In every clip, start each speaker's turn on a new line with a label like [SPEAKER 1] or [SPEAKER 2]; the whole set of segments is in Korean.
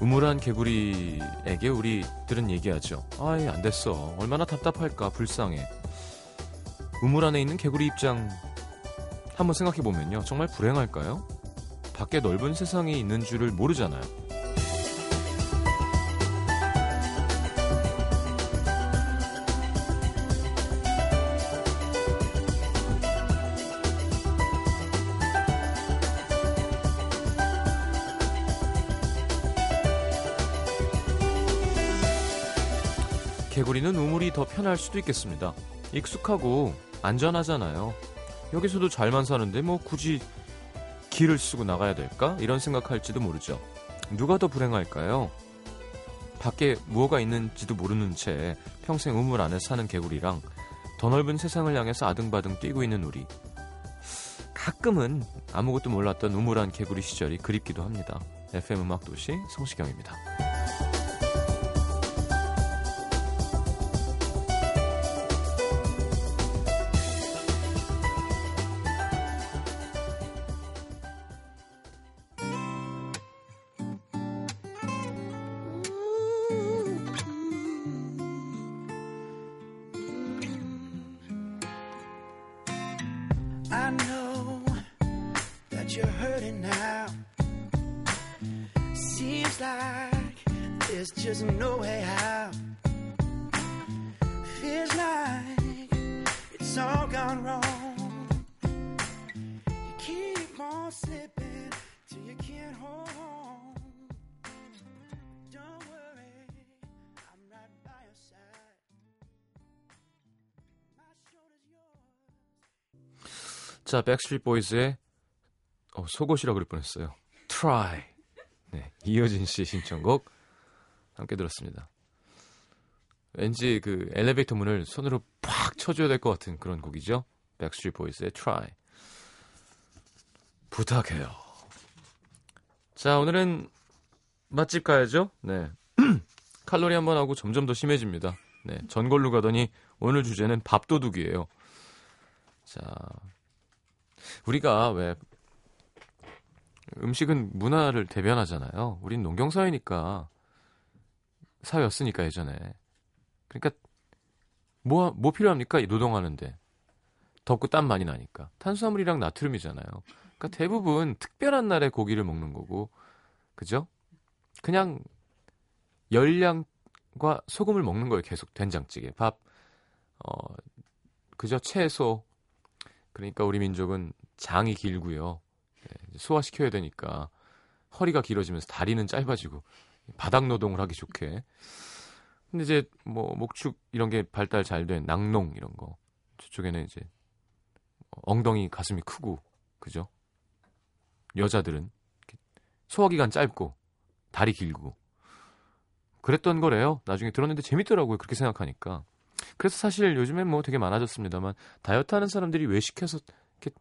[SPEAKER 1] 우물한 개구리에게 우리들은 얘기하죠. 아이, 안 됐어. 얼마나 답답할까. 불쌍해. 우물 안에 있는 개구리 입장 한번 생각해보면요. 정말 불행할까요? 밖에 넓은 세상이 있는 줄을 모르잖아요. 개구리는 우물이 더 편할 수도 있겠습니다. 익숙하고 안전하잖아요. 여기서도 잘만 사는데 뭐 굳이 길을 쓰고 나가야 될까? 이런 생각할지도 모르죠. 누가 더 불행할까요? 밖에 무엇가 있는지도 모르는 채 평생 우물 안에 사는 개구리랑 더 넓은 세상을 향해서 아등바등 뛰고 있는 우리. 가끔은 아무것도 몰랐던 우물한 개구리 시절이 그립기도 합니다. FM 음악도시 성시경입니다.
[SPEAKER 2] I know that you're hurting now. Seems like there's just no way out. Feels like it's all gone wrong. You keep on slipping till you can't hold on. Don't worry, I'm right by your side. My shoulder's yours.
[SPEAKER 1] 자, 백스트리트 보이즈의 어, 속옷이라 그럴 뻔했어요. Try. 네, 이효진 씨의 신청곡 함께 들었습니다. 왠지 그 엘리베이터 문을 손으로 팍 쳐줘야 될 것 같은 그런 곡이죠. 백스트리트 보이즈의 Try. 부탁해요. 자, 오늘은 맛집 가야죠. 네. 칼로리 한 번 하고 점점 더 심해집니다. 네, 전골로 가더니 오늘 주제는 밥도둑이에요. 자, 우리가 왜 음식은 문화를 대변하잖아요. 우린 농경 사회니까 사회였으니까 예전에. 그러니까 뭐, 뭐 필요합니까? 이 노동하는데 덥고 땀 많이 나니까 탄수화물이랑 나트륨이잖아요. 그러니까 대부분 특별한 날에 고기를 먹는 거고, 그죠? 그냥 열량과 소금을 먹는 거예요. 계속 된장찌개, 밥, 어, 그죠? 채소, 그러니까 우리 민족은 장이 길고요. 네, 이제 소화시켜야 되니까 허리가 길어지면서 다리는 짧아지고 바닥 노동을 하기 좋게. 근데 이제 뭐 목축 이런 게 발달 잘 된 낙농 이런 거 저쪽에는 이제 엉덩이 가슴이 크고 그죠? 여자들은 이렇게 소화기간 짧고 다리 길고 그랬던 거래요. 나중에 들었는데 재밌더라고요. 그렇게 생각하니까. 그래서 사실 요즘엔 뭐 되게 많아졌습니다만 다이어트 하는 사람들이 외식해서 이렇게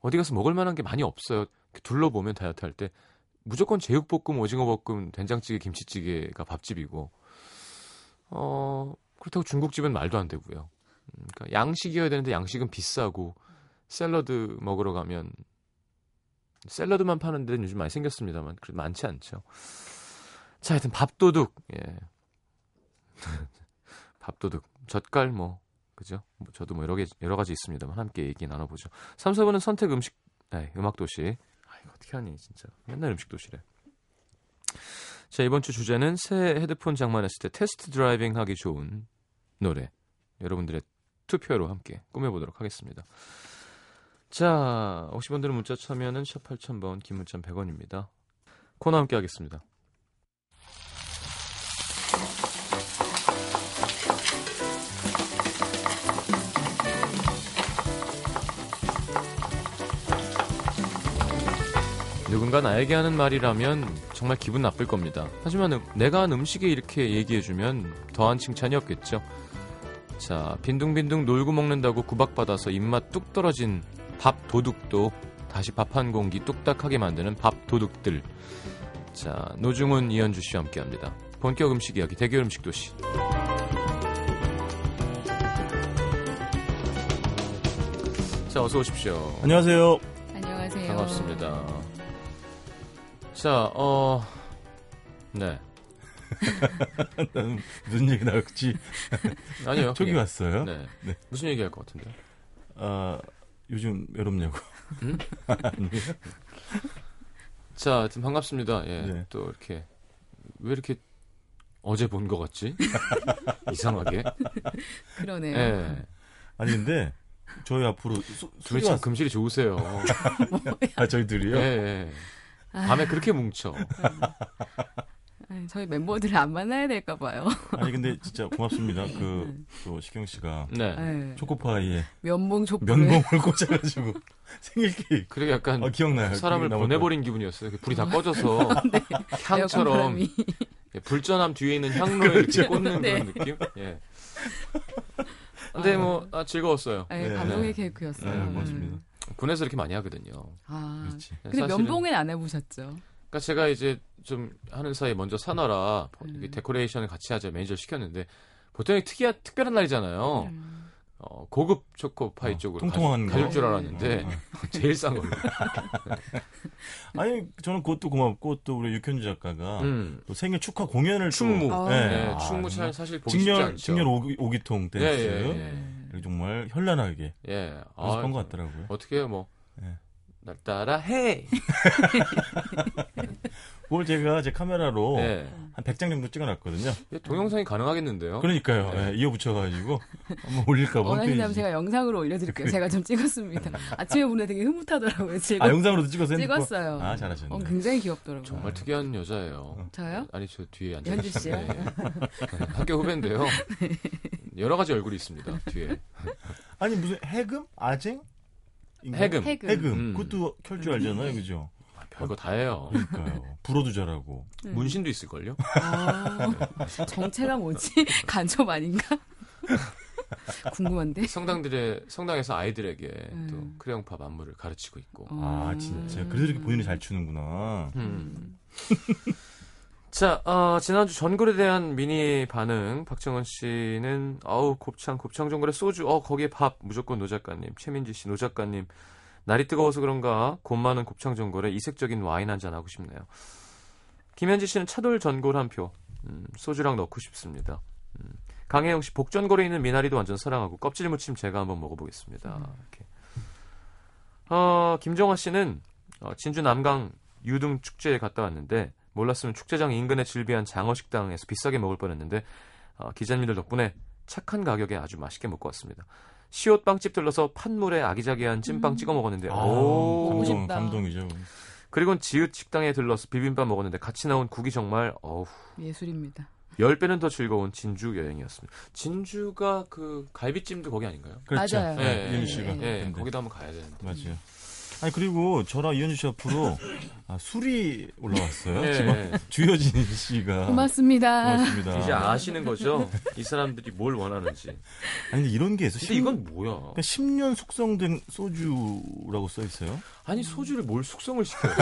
[SPEAKER 1] 어디 가서 먹을 만한 게 많이 없어요. 이렇게 둘러보면 다이어트 할 때 무조건 제육볶음, 오징어볶음, 된장찌개, 김치찌개가 밥집이고 어 그렇다고 중국집은 말도 안 되고요. 음, 그러니까 양식이어야 되는데 양식은 비싸고 샐러드 먹으러 가면 샐러드만 파는 데는 요즘 많이 생겼습니다만 그래도 많지 않죠. 자, 하여튼 밥도둑. 예. 밥도둑, 젓갈 뭐 그죠? 뭐 저도 뭐 여러 개 여러 가지 있습니다만 함께 얘기 나눠보죠. 3, 4분은 선택 음식, 아이, 음악 도시. 아 이거 어떻게 하니 진짜 맨날 음식 도시래. 자 이번 주 주제는 새 헤드폰 장만했을 때 테스트 드라이빙 하기 좋은 노래. 여러분들의 투표로 함께 꾸며보도록 하겠습니다. 자, 50원들은 문자 참여는 샵 8000번, 긴 문자 100원입니다. 코너 함께 하겠습니다. 누군가 나에게 하는 말이라면 정말 기분 나쁠 겁니다. 하지만 음- 내가 한 음식에 이렇게 얘기해주면 더한 칭찬이 없겠죠. 자, 빈둥빈둥 놀고 먹는다고 구박받아서 입맛 뚝 떨어진 밥 도둑도 다시 밥 한 공기 뚝딱하게 만드는 밥 도둑들. 자, 노중훈, 이현주 씨와 함께 합니다. 본격 음식 이야기, 대결 음식 도시. 자, 어서 오십시오.
[SPEAKER 3] 안녕하세요.
[SPEAKER 4] 안녕하세요.
[SPEAKER 1] 반갑습니다. 자, 어, 네.
[SPEAKER 3] 나는 무슨 얘기 나올지
[SPEAKER 1] 아니요.
[SPEAKER 3] 저기
[SPEAKER 1] 그냥.
[SPEAKER 3] 왔어요.
[SPEAKER 1] 네.
[SPEAKER 3] 네.
[SPEAKER 1] 무슨 얘기할 것 같은데?
[SPEAKER 3] 아 요즘 외롭냐고.
[SPEAKER 1] 음?
[SPEAKER 3] 아니에요.
[SPEAKER 1] 자, 하여튼 반갑습니다. 예.
[SPEAKER 3] 네.
[SPEAKER 1] 또 이렇게 왜 이렇게 어제 본 것 같지? 이상하게.
[SPEAKER 4] 그러네요.
[SPEAKER 1] 예.
[SPEAKER 3] 아니 근데 저희 앞으로 소,
[SPEAKER 1] 둘이
[SPEAKER 3] 소리
[SPEAKER 1] 참
[SPEAKER 3] 왔...
[SPEAKER 1] 금실이 좋으세요.
[SPEAKER 3] 아 저희
[SPEAKER 1] 예.
[SPEAKER 3] 둘이요.
[SPEAKER 1] 예. 밤에 그렇게 뭉쳐.
[SPEAKER 4] 아니, 저희 멤버들을 안 만나야 될까 봐요.
[SPEAKER 3] 아니 근데 진짜 고맙습니다. 그또 식경 씨가
[SPEAKER 1] 네.
[SPEAKER 4] 네.
[SPEAKER 3] 초코파이에
[SPEAKER 4] 면봉 촛불.
[SPEAKER 3] 예. 면봉을 꽂아가지고 생일 케이크.
[SPEAKER 1] 그리고 약간
[SPEAKER 3] 아 기억나요.
[SPEAKER 1] 사람을
[SPEAKER 3] 그게 나올
[SPEAKER 1] 보내버린 기분이었어요. 이렇게
[SPEAKER 4] 아.
[SPEAKER 1] 불이 다 꺼져서
[SPEAKER 4] 네.
[SPEAKER 1] 향처럼
[SPEAKER 4] 에어컨 바람이.
[SPEAKER 1] 예, 불전함 뒤에 있는 향로에 이렇게 꽂는
[SPEAKER 4] 네.
[SPEAKER 1] 그런 느낌. 예. 근데 뭐 아, 즐거웠어요.
[SPEAKER 4] 네,
[SPEAKER 3] 네.
[SPEAKER 4] 감동의
[SPEAKER 3] 거예요.
[SPEAKER 4] 계획이었어요.
[SPEAKER 1] 음.
[SPEAKER 3] 네, 맞습니다.
[SPEAKER 1] 군에서 이렇게 많이 하거든요.
[SPEAKER 4] 아,
[SPEAKER 3] 그렇지.
[SPEAKER 1] 예,
[SPEAKER 4] 근데
[SPEAKER 1] 사실은
[SPEAKER 4] 면봉은 안 해보셨죠?
[SPEAKER 1] 그러니까 제가 이제 좀 하는 사이 에 먼저 사놔라 뭐 이게
[SPEAKER 4] 음.
[SPEAKER 1] 데코레이션을 같이 하자 매니저 시켰는데 보통 특이한 특별한 날이잖아요.
[SPEAKER 4] 음.
[SPEAKER 1] 어, 고급 초코파이
[SPEAKER 3] 어,
[SPEAKER 1] 쪽으로
[SPEAKER 3] 통통한
[SPEAKER 1] 가, 가줄
[SPEAKER 4] 거.
[SPEAKER 1] 줄 알았는데
[SPEAKER 3] 어,
[SPEAKER 1] 제일 싼 걸로.
[SPEAKER 3] 아니 저는 그것도 고맙고 또 우리 육현주 작가가
[SPEAKER 1] 음.
[SPEAKER 3] 또 생일 축하 공연을
[SPEAKER 1] 충무.
[SPEAKER 3] 또,
[SPEAKER 4] 네.
[SPEAKER 1] 네,
[SPEAKER 3] 아,
[SPEAKER 1] 충무
[SPEAKER 3] 정말
[SPEAKER 1] 잘 사실 보기 쉽지
[SPEAKER 3] 직렬
[SPEAKER 1] 않죠.
[SPEAKER 3] 직렬 오기, 오기통
[SPEAKER 1] 예,
[SPEAKER 3] 댄스
[SPEAKER 1] 예,
[SPEAKER 4] 네.
[SPEAKER 3] 이렇게 정말 현란하게
[SPEAKER 1] 예. 예. 아,
[SPEAKER 3] 연습한 것 같더라고요.
[SPEAKER 1] 어떻게 해요, 뭐.
[SPEAKER 3] 예.
[SPEAKER 1] 날 따라 해.
[SPEAKER 3] 그걸 제가 제 카메라로
[SPEAKER 1] 예.
[SPEAKER 3] 한 100장 정도 찍어놨거든요.
[SPEAKER 1] 이게 예, 동영상이 가능하겠는데요.
[SPEAKER 3] 그러니까요.
[SPEAKER 1] 네.
[SPEAKER 3] 예, 이어붙여가지고 한번 올릴까 봐.
[SPEAKER 4] 원하신 다음
[SPEAKER 3] 홈페이지.
[SPEAKER 4] 제가 영상으로 올려드릴게요. 제가 좀 찍었습니다. 아침에 보는데 되게 흐뭇하더라고요.
[SPEAKER 3] 아
[SPEAKER 4] 즐거...
[SPEAKER 3] 영상으로도 찍어서 핸드폰-
[SPEAKER 4] 찍었어요.
[SPEAKER 3] 아 잘하셨네.
[SPEAKER 4] 어, 굉장히 귀엽더라고요.
[SPEAKER 1] 정말 특이한 여자예요.
[SPEAKER 3] 어.
[SPEAKER 4] 저요?
[SPEAKER 1] 아니 저 뒤에 앉아
[SPEAKER 4] 현주
[SPEAKER 1] 계신-
[SPEAKER 4] 씨요? 네.
[SPEAKER 1] 예, 예. 학교 후배인데요. 여러 가지 얼굴이 있습니다. 뒤에
[SPEAKER 3] 아니 무슨 해금 아쟁? 인가요?
[SPEAKER 1] 해금,
[SPEAKER 4] 해금.
[SPEAKER 3] 해금.
[SPEAKER 1] 음.
[SPEAKER 3] 그것도 켤줄 알잖아요, 그죠?
[SPEAKER 1] 별거 다 해요.
[SPEAKER 3] 그러니까요. 불어도 잘하고.
[SPEAKER 4] 네.
[SPEAKER 1] 문신도 있을걸요.
[SPEAKER 4] 아, 정체가 뭐지? 간첩 아닌가? 궁금한데.
[SPEAKER 1] 성당들의 성당에서 아이들에게
[SPEAKER 4] 음.
[SPEAKER 1] 또 크레용팝 안무를 가르치고 있고.
[SPEAKER 3] 아
[SPEAKER 4] 어.
[SPEAKER 3] 진짜. 그래서 이렇게 본인이 잘 추는구나.
[SPEAKER 1] 음. 자, 어, 지난주 전골에 대한 미니 반응. 박정은 씨는, 아우, 곱창, 곱창 전골에 소주, 어, 거기에 밥, 무조건 노 작가님. 최민지 씨, 노 작가님. 날이 뜨거워서 그런가, 곱 많은 곱창 전골에 이색적인 와인 한잔 하고 싶네요. 김현지 씨는 차돌 전골 한 표. 음, 소주랑 넣고 싶습니다. 음. 강혜영 씨, 복전골에 있는 미나리도 완전 사랑하고, 껍질 무침 제가 한번 먹어보겠습니다. 이렇게. 어, 김정화 씨는, 어, 진주 남강 유등 축제에 갔다 왔는데 몰랐으면 축제장 인근에 즐비한 장어 식당에서 비싸게 먹을 뻔했는데 어, 기자님들 덕분에 착한 가격에 아주 맛있게 먹고 왔습니다. 시옷 빵집 들러서 판물에 아기자기한 찐빵 찍어 먹었는데
[SPEAKER 3] 아,
[SPEAKER 1] 네. 오
[SPEAKER 3] 감동,
[SPEAKER 4] 멋있다.
[SPEAKER 3] 감동이죠.
[SPEAKER 1] 그리고 지읒 식당에 들러서 비빔밥 먹었는데 같이 나온 국이 정말 어우
[SPEAKER 4] 예술입니다.
[SPEAKER 1] 열 배는 더 즐거운 진주 여행이었습니다. 진주가 그 갈비찜도 거기 아닌가요?
[SPEAKER 3] 그렇죠.
[SPEAKER 4] 맞아요.
[SPEAKER 3] 예,
[SPEAKER 1] 예,
[SPEAKER 3] 이현주
[SPEAKER 4] 예,
[SPEAKER 3] 씨가.
[SPEAKER 1] 예,
[SPEAKER 3] 근데.
[SPEAKER 1] 거기도 한번 가야 되는데.
[SPEAKER 3] 맞아요. 아니 그리고 저랑 이현주 씨 앞으로 아, 술이 올라왔어요.
[SPEAKER 1] 예,
[SPEAKER 3] 지금
[SPEAKER 1] 예.
[SPEAKER 3] 주효진 씨가
[SPEAKER 4] 고맙습니다.
[SPEAKER 3] 고맙습니다.
[SPEAKER 1] 이제 아시는 거죠? 이 사람들이 뭘 원하는지.
[SPEAKER 3] 아니 근데 이런 게 있어. 그러니까
[SPEAKER 1] 근데 이건 뭐야?
[SPEAKER 3] 10년 숙성된 소주라고 써 있어요.
[SPEAKER 1] 아니 소주를 뭘 숙성을 시켜요?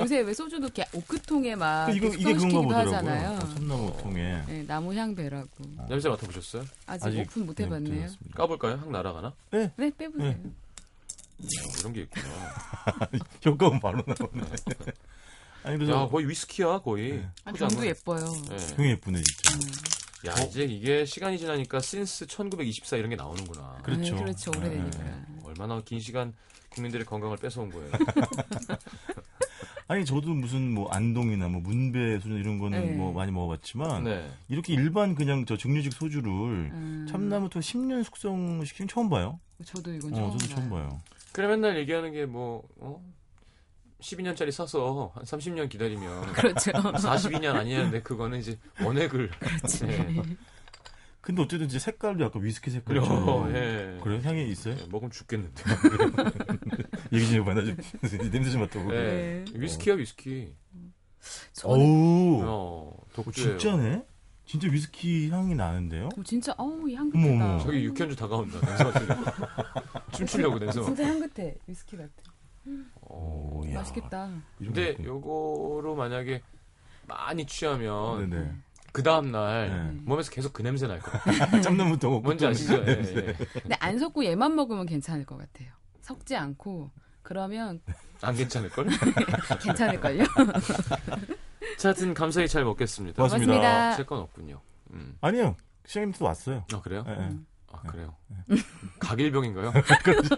[SPEAKER 4] 요새 왜 소주도 이렇게 오크통에 막
[SPEAKER 3] 그러니까 이거 이게 그런가
[SPEAKER 4] 아, 숙성시키기도
[SPEAKER 3] 보더라고요. 어,
[SPEAKER 4] 하잖아요.
[SPEAKER 3] 참나무 통에.
[SPEAKER 4] 네, 나무 향 배라고.
[SPEAKER 1] 냄새 맡아보셨어요?
[SPEAKER 4] 아직, 오픈 못
[SPEAKER 3] 네,
[SPEAKER 4] 해봤네요.
[SPEAKER 3] 해봤습니다.
[SPEAKER 1] 까볼까요? 향 날아가나? 어,
[SPEAKER 4] 네, 빼보세요.
[SPEAKER 1] 이런 게 있구나.
[SPEAKER 3] 효과음 바로 나오네. 아니
[SPEAKER 1] 야, 뭐
[SPEAKER 3] 그래서
[SPEAKER 1] 거의 위스키야, 거의.
[SPEAKER 3] 네. 그러니까
[SPEAKER 4] 아,
[SPEAKER 1] 포장은.
[SPEAKER 4] 병도 예뻐요.
[SPEAKER 1] 예.
[SPEAKER 3] 굉장히 예쁘네 진짜.
[SPEAKER 4] 음.
[SPEAKER 1] 야, 이제 이게 시간이 지나니까 신스 1924 이런 게 나오는구나.
[SPEAKER 3] 그렇죠. 네.
[SPEAKER 4] 네, 그렇죠. 오래되니까.
[SPEAKER 1] 얼마나 긴 시간 국민들의 건강을 뺏어온 거예요.
[SPEAKER 3] 아니 저도 무슨 뭐 안동이나 뭐 문배 소주 이런 거는
[SPEAKER 4] 네.
[SPEAKER 3] 뭐 많이 먹어봤지만
[SPEAKER 1] 네.
[SPEAKER 3] 이렇게 일반 그냥 저 증류식 소주를
[SPEAKER 4] 음,
[SPEAKER 3] 참나무 통 10년 숙성시키면 처음 봐요.
[SPEAKER 4] 저도 이건
[SPEAKER 3] 어,
[SPEAKER 4] 처음
[SPEAKER 3] 저도 처음
[SPEAKER 4] 봐요.
[SPEAKER 3] 봐요.
[SPEAKER 1] 그래 맨날 얘기하는 게 뭐, 어? 12년짜리 사서 한 30년 기다리면
[SPEAKER 4] 그렇죠.
[SPEAKER 1] 42년 아니냐는데 그거는 이제 원액을. 그렇지.
[SPEAKER 4] 네.
[SPEAKER 3] 네. 근데 어쨌든 이제 색깔도 약간 위스키 색깔.
[SPEAKER 1] 그래요. 어, 예.
[SPEAKER 3] 그렇죠. 그래 향이 있어요?
[SPEAKER 1] 예, 먹으면 죽겠는데.
[SPEAKER 3] 얘기 좀 해봐. 나 좀, 네, 냄새 좀 맡아보고.
[SPEAKER 1] 예.
[SPEAKER 4] 네.
[SPEAKER 1] 위스키야, 위스키.
[SPEAKER 4] 저는
[SPEAKER 3] 어우,
[SPEAKER 1] 어,
[SPEAKER 3] 어,
[SPEAKER 1] 독주예요.
[SPEAKER 3] 진짜네? 진짜 위스키 향이 나는데요?
[SPEAKER 4] 어, 진짜 어우 향
[SPEAKER 3] 어머,
[SPEAKER 4] 끝이다.
[SPEAKER 3] 어머.
[SPEAKER 1] 저기 육현주 다가온다. 냄새 맡으려고. 춤추려고 냄새 맡
[SPEAKER 4] 진짜 향 끝에 위스키 같아.
[SPEAKER 1] 어.
[SPEAKER 3] 오, 야.
[SPEAKER 4] 맛있겠다.
[SPEAKER 3] 이런 거
[SPEAKER 1] 근데
[SPEAKER 3] 있구나.
[SPEAKER 1] 요거로 만약에 많이 취하면
[SPEAKER 3] 네네.
[SPEAKER 1] 그 다음 날
[SPEAKER 3] 네. 아,
[SPEAKER 1] 몸에서 계속 그 냄새 날 거예요.
[SPEAKER 3] 짬나무도 먹고.
[SPEAKER 1] 뭔지 아시죠? 예, 예.
[SPEAKER 4] 근데 안 섞고 얘만 먹으면 괜찮을 것 같아요. 섞지
[SPEAKER 3] 네.
[SPEAKER 4] 않고 그러면
[SPEAKER 1] 안 괜찮을 걸?
[SPEAKER 4] 괜찮을걸요?
[SPEAKER 1] 자, 하여튼 감사히 잘 먹겠습니다.
[SPEAKER 3] 고맙습니다.
[SPEAKER 4] 고맙습니다.
[SPEAKER 1] 제 건 없군요. 음.
[SPEAKER 3] 아니요. 시장님도 왔어요.
[SPEAKER 1] 아 그래요?
[SPEAKER 3] 예, 예.
[SPEAKER 4] 음.
[SPEAKER 1] 아 그래요.
[SPEAKER 3] 네.
[SPEAKER 1] 각일병인가요?
[SPEAKER 3] 그렇죠.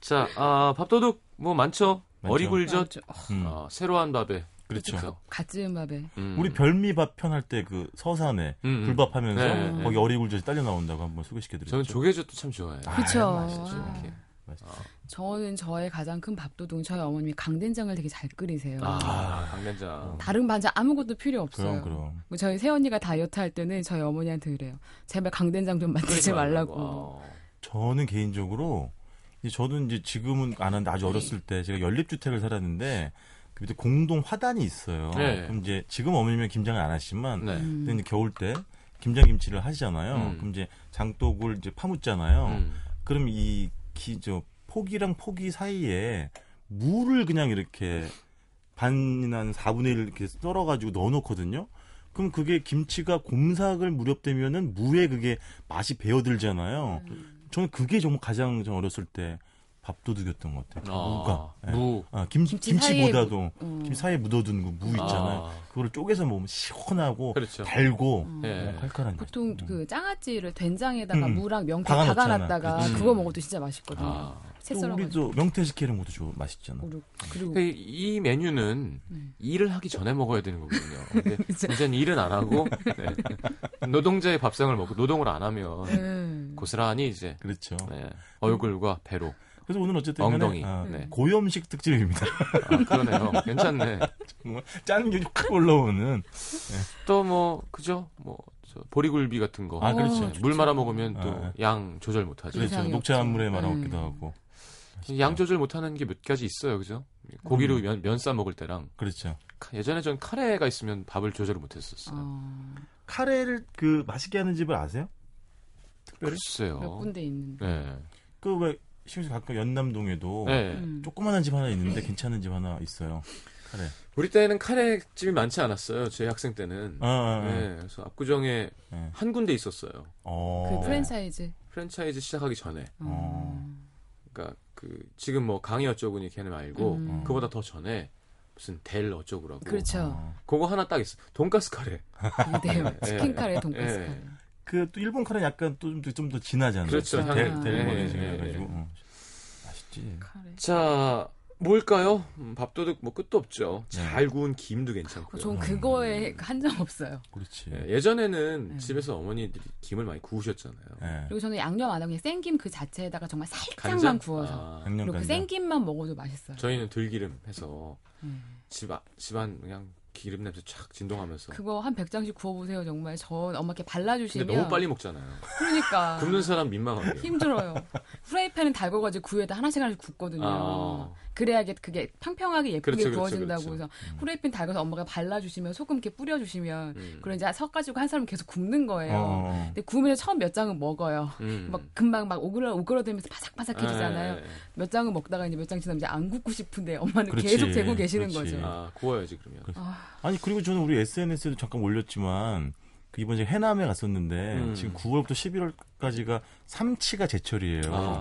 [SPEAKER 1] 자, 아, 밥도둑 뭐 많죠.
[SPEAKER 3] 많죠.
[SPEAKER 1] 어리굴젓,
[SPEAKER 4] 맞죠. 어,
[SPEAKER 3] 음,
[SPEAKER 1] 아, 새로운 밥에.
[SPEAKER 3] 그렇죠.
[SPEAKER 1] 그래서,
[SPEAKER 4] 갓 지은 밥에.
[SPEAKER 1] 음.
[SPEAKER 3] 우리 별미밥 편할 때 그 서산에
[SPEAKER 1] 음, 음.
[SPEAKER 3] 불밥 하면서
[SPEAKER 1] 네,
[SPEAKER 4] 네.
[SPEAKER 3] 거기 어리굴젓이 딸려 나온다고 한번 소개시켜드렸죠.
[SPEAKER 1] 저는 조개젓도 참 좋아해요.
[SPEAKER 4] 그쵸.
[SPEAKER 1] 맛있죠.
[SPEAKER 4] 아.
[SPEAKER 1] 이렇게.
[SPEAKER 4] 저는 저의 가장 큰 밥도둑 저희 어머님이 강된장을 되게 잘 끓이세요.
[SPEAKER 1] 아, 강된장.
[SPEAKER 4] 다른 반찬 아무것도 필요 없어요.
[SPEAKER 3] 그럼 그럼.
[SPEAKER 4] 뭐 저희 새언니가 다이어트 할 때는 저희 어머니한테 그래요. 제발 강된장 좀 만들지 말라고.
[SPEAKER 1] 아,
[SPEAKER 3] 저는 개인적으로 이제 저도 이제 지금은 안 하는데 아주 어렸을 때 제가 연립주택을 살았는데 그 밑에 공동 화단이 있어요.
[SPEAKER 1] 네.
[SPEAKER 3] 그럼 이제 지금 어머님은 김장을 안 하시지만
[SPEAKER 1] 네.
[SPEAKER 4] 음.
[SPEAKER 3] 그때 이제 겨울 때 김장김치를 하시잖아요.
[SPEAKER 1] 음.
[SPEAKER 3] 그럼 이제 장독을 이제 파묻잖아요.
[SPEAKER 1] 음.
[SPEAKER 3] 그럼 이 기 저 포기랑 포기 사이에 무를 그냥 이렇게 반이나 한 4분의 1 이렇게 썰어가지고 넣어놓거든요. 그럼 그게 김치가 곰삭을 무렵되면은 무에 그게 맛이 배어들잖아요.
[SPEAKER 4] 음.
[SPEAKER 3] 저는 그게 정말 가장 저 어렸을 때 밥도둑이었던 것 같아요.
[SPEAKER 1] 아,
[SPEAKER 3] 무가. 예.
[SPEAKER 1] 무.
[SPEAKER 3] 아, 김,
[SPEAKER 4] 김치
[SPEAKER 3] 김치 보
[SPEAKER 4] 사이에
[SPEAKER 3] 다도
[SPEAKER 4] 음.
[SPEAKER 3] 김치 사이에 묻어둔 그 무 있잖아요.
[SPEAKER 1] 아.
[SPEAKER 3] 그거를 쪼개서 먹으면 시원하고
[SPEAKER 1] 그렇죠.
[SPEAKER 3] 뭐 달고
[SPEAKER 4] 음.
[SPEAKER 1] 예.
[SPEAKER 3] 어, 칼칼한 거.
[SPEAKER 4] 보통 그 장아찌를 된장에다가
[SPEAKER 3] 음.
[SPEAKER 4] 무랑 명태
[SPEAKER 3] 박아놓잖아.
[SPEAKER 4] 박아놨다가
[SPEAKER 1] 그치.
[SPEAKER 4] 그거 먹어도 진짜 맛있거든요.
[SPEAKER 1] 아.
[SPEAKER 4] 채
[SPEAKER 3] 또
[SPEAKER 4] 썰어가지고. 음.
[SPEAKER 3] 우리도 명태식혜는 것도 좋아 맛있잖아.
[SPEAKER 4] 그리고- 그리고
[SPEAKER 1] 그러니까 이 메뉴는 일을 하기 전에 먹어야 되는 거거든요. 근데 이제는 일은 안 하고 네. 노동자의 밥상을 먹고 노동을 안 하면
[SPEAKER 4] 네.
[SPEAKER 1] 고스란히 이제
[SPEAKER 3] 그렇죠.
[SPEAKER 1] 네. 얼굴과 배로
[SPEAKER 3] 그래서 오늘 어쨌든
[SPEAKER 1] 엉덩이.
[SPEAKER 3] 간에, 아,
[SPEAKER 1] 네.
[SPEAKER 3] 고염식 특집입니다.
[SPEAKER 1] 아, 그러네요. 괜찮네.
[SPEAKER 3] 정말 짠게 확 올라오는.
[SPEAKER 1] 또 뭐 그죠? 뭐저 보리굴비 같은 거.
[SPEAKER 3] 아, 그렇죠.
[SPEAKER 1] 네, 물 말아 먹으면
[SPEAKER 3] 아.
[SPEAKER 1] 또 양 조절 못 하죠.
[SPEAKER 3] 그렇죠.
[SPEAKER 4] 세상에
[SPEAKER 3] 녹차물에
[SPEAKER 4] 없죠.
[SPEAKER 3] 말아
[SPEAKER 4] 네.
[SPEAKER 3] 먹기도 하고.
[SPEAKER 1] 그 양 조절 못 하는 게 몇 가지 있어요. 그죠?
[SPEAKER 3] 음.
[SPEAKER 1] 고기로 면 싸 먹을 때랑
[SPEAKER 3] 그렇죠.
[SPEAKER 1] 카- 예전에 전 카레가 있으면 밥을 조절을 못 했었어요.
[SPEAKER 4] 어,
[SPEAKER 3] 카레를 그 맛있게 하는 집을 아세요? 특별히?
[SPEAKER 4] 몇
[SPEAKER 1] 글쎄요.
[SPEAKER 4] 군데 있는데.
[SPEAKER 1] 네.
[SPEAKER 3] 그왜 시흥시 가까 연남동에도
[SPEAKER 1] 네.
[SPEAKER 4] 음.
[SPEAKER 3] 조그만한 집 하나 있는데 괜찮은 집 하나 있어요. 카레.
[SPEAKER 1] 우리 때는 카레집이 많지 않았어요. 제 학생 때는.
[SPEAKER 3] 아, 아, 아.
[SPEAKER 1] 네, 그래서 압구정에
[SPEAKER 3] 네.
[SPEAKER 1] 한 군데 있었어요.
[SPEAKER 3] 어.
[SPEAKER 4] 그 프랜차이즈.
[SPEAKER 1] 프랜차이즈 시작하기 전에.
[SPEAKER 3] 어.
[SPEAKER 1] 그러니까 그 지금 뭐 강의 어쩌구니 걔네 말고
[SPEAKER 4] 음.
[SPEAKER 1] 그보다 더 전에 무슨 델 어쩌구라고.
[SPEAKER 4] 그렇죠.
[SPEAKER 3] 어.
[SPEAKER 1] 그거 하나 딱 있어. 돈가스 카레.
[SPEAKER 4] 이대요.
[SPEAKER 1] 예.
[SPEAKER 4] 아, 네. 치킨 카레, 돈가스
[SPEAKER 1] 예.
[SPEAKER 4] 카레.
[SPEAKER 3] 그또 일본 카레 약간 또좀더 좀 더 진하잖아요.
[SPEAKER 1] 그렇죠.
[SPEAKER 3] 델-
[SPEAKER 4] 아.
[SPEAKER 1] 네,
[SPEAKER 3] 델모네 지금
[SPEAKER 1] 네,
[SPEAKER 3] 해가지고.
[SPEAKER 1] 네.
[SPEAKER 3] 어. 맛있지.
[SPEAKER 4] 카레.
[SPEAKER 1] 자, 뭘까요? 음, 밥도둑 뭐 끝도 없죠.
[SPEAKER 3] 네.
[SPEAKER 1] 잘 구운 김도
[SPEAKER 4] 어,
[SPEAKER 1] 괜찮고요.
[SPEAKER 4] 전 그거에 한정 없어요.
[SPEAKER 3] 그렇지.
[SPEAKER 1] 예, 예전에는
[SPEAKER 4] 네.
[SPEAKER 1] 집에서 어머니들이 김을 많이 구우셨잖아요.
[SPEAKER 3] 예.
[SPEAKER 4] 그리고 저는 양념 안 하고 그냥 생김 그 자체에다가 정말 살짝만
[SPEAKER 1] 간장?
[SPEAKER 4] 구워서.
[SPEAKER 1] 아.
[SPEAKER 3] 양념
[SPEAKER 4] 그리고 그
[SPEAKER 3] 간장.
[SPEAKER 4] 생김만 먹어도 맛있어요.
[SPEAKER 1] 저희는 들기름 해서
[SPEAKER 4] 음.
[SPEAKER 1] 집 안- 집안 그냥 기름 냄새 촥 진동하면서
[SPEAKER 4] 그거 한 100장씩 구워보세요, 정말. 저 엄마께
[SPEAKER 1] 근데
[SPEAKER 4] 발라주시면.
[SPEAKER 1] 너무 빨리 먹잖아요.
[SPEAKER 4] 그러니까.
[SPEAKER 1] 굶는 사람 민망하게.
[SPEAKER 4] 힘들어요. 후라이팬은 달궈가지고 구에다 하나씩 하나씩 굽거든요.
[SPEAKER 1] 아.
[SPEAKER 4] 그래야 이게 그게 평평하게 예쁘게
[SPEAKER 1] 그렇죠, 그렇죠,
[SPEAKER 4] 구워진다고
[SPEAKER 1] 그렇죠.
[SPEAKER 4] 해서 후라이팬 달궈서 엄마가 발라주시면 소금 이렇게 뿌려주시면
[SPEAKER 1] 음.
[SPEAKER 4] 그런 이제 섞어지고 한 사람 계속 굽는 거예요.
[SPEAKER 3] 어.
[SPEAKER 4] 근데 구우면 처음 몇 장은 먹어요.
[SPEAKER 1] 음.
[SPEAKER 4] 막 금방 막 오그라 오그라들면서 바삭바삭해지잖아요.
[SPEAKER 1] 예, 예, 예.
[SPEAKER 4] 몇 장은 먹다가 이제 몇 장 지나면 이제 안 굽고 싶은데 엄마는
[SPEAKER 3] 그렇지.
[SPEAKER 4] 계속 재고 계시는
[SPEAKER 3] 그렇지.
[SPEAKER 4] 거죠.
[SPEAKER 1] 아 구워야지
[SPEAKER 3] 뭐,
[SPEAKER 1] 그러면.
[SPEAKER 3] 아니 그리고 저는 우리 SNS에도 잠깐 올렸지만 그 이번 에 해남에 갔었는데
[SPEAKER 1] 음.
[SPEAKER 3] 지금 9월부터 11월까지가 삼치가 제철이에요.
[SPEAKER 1] 아,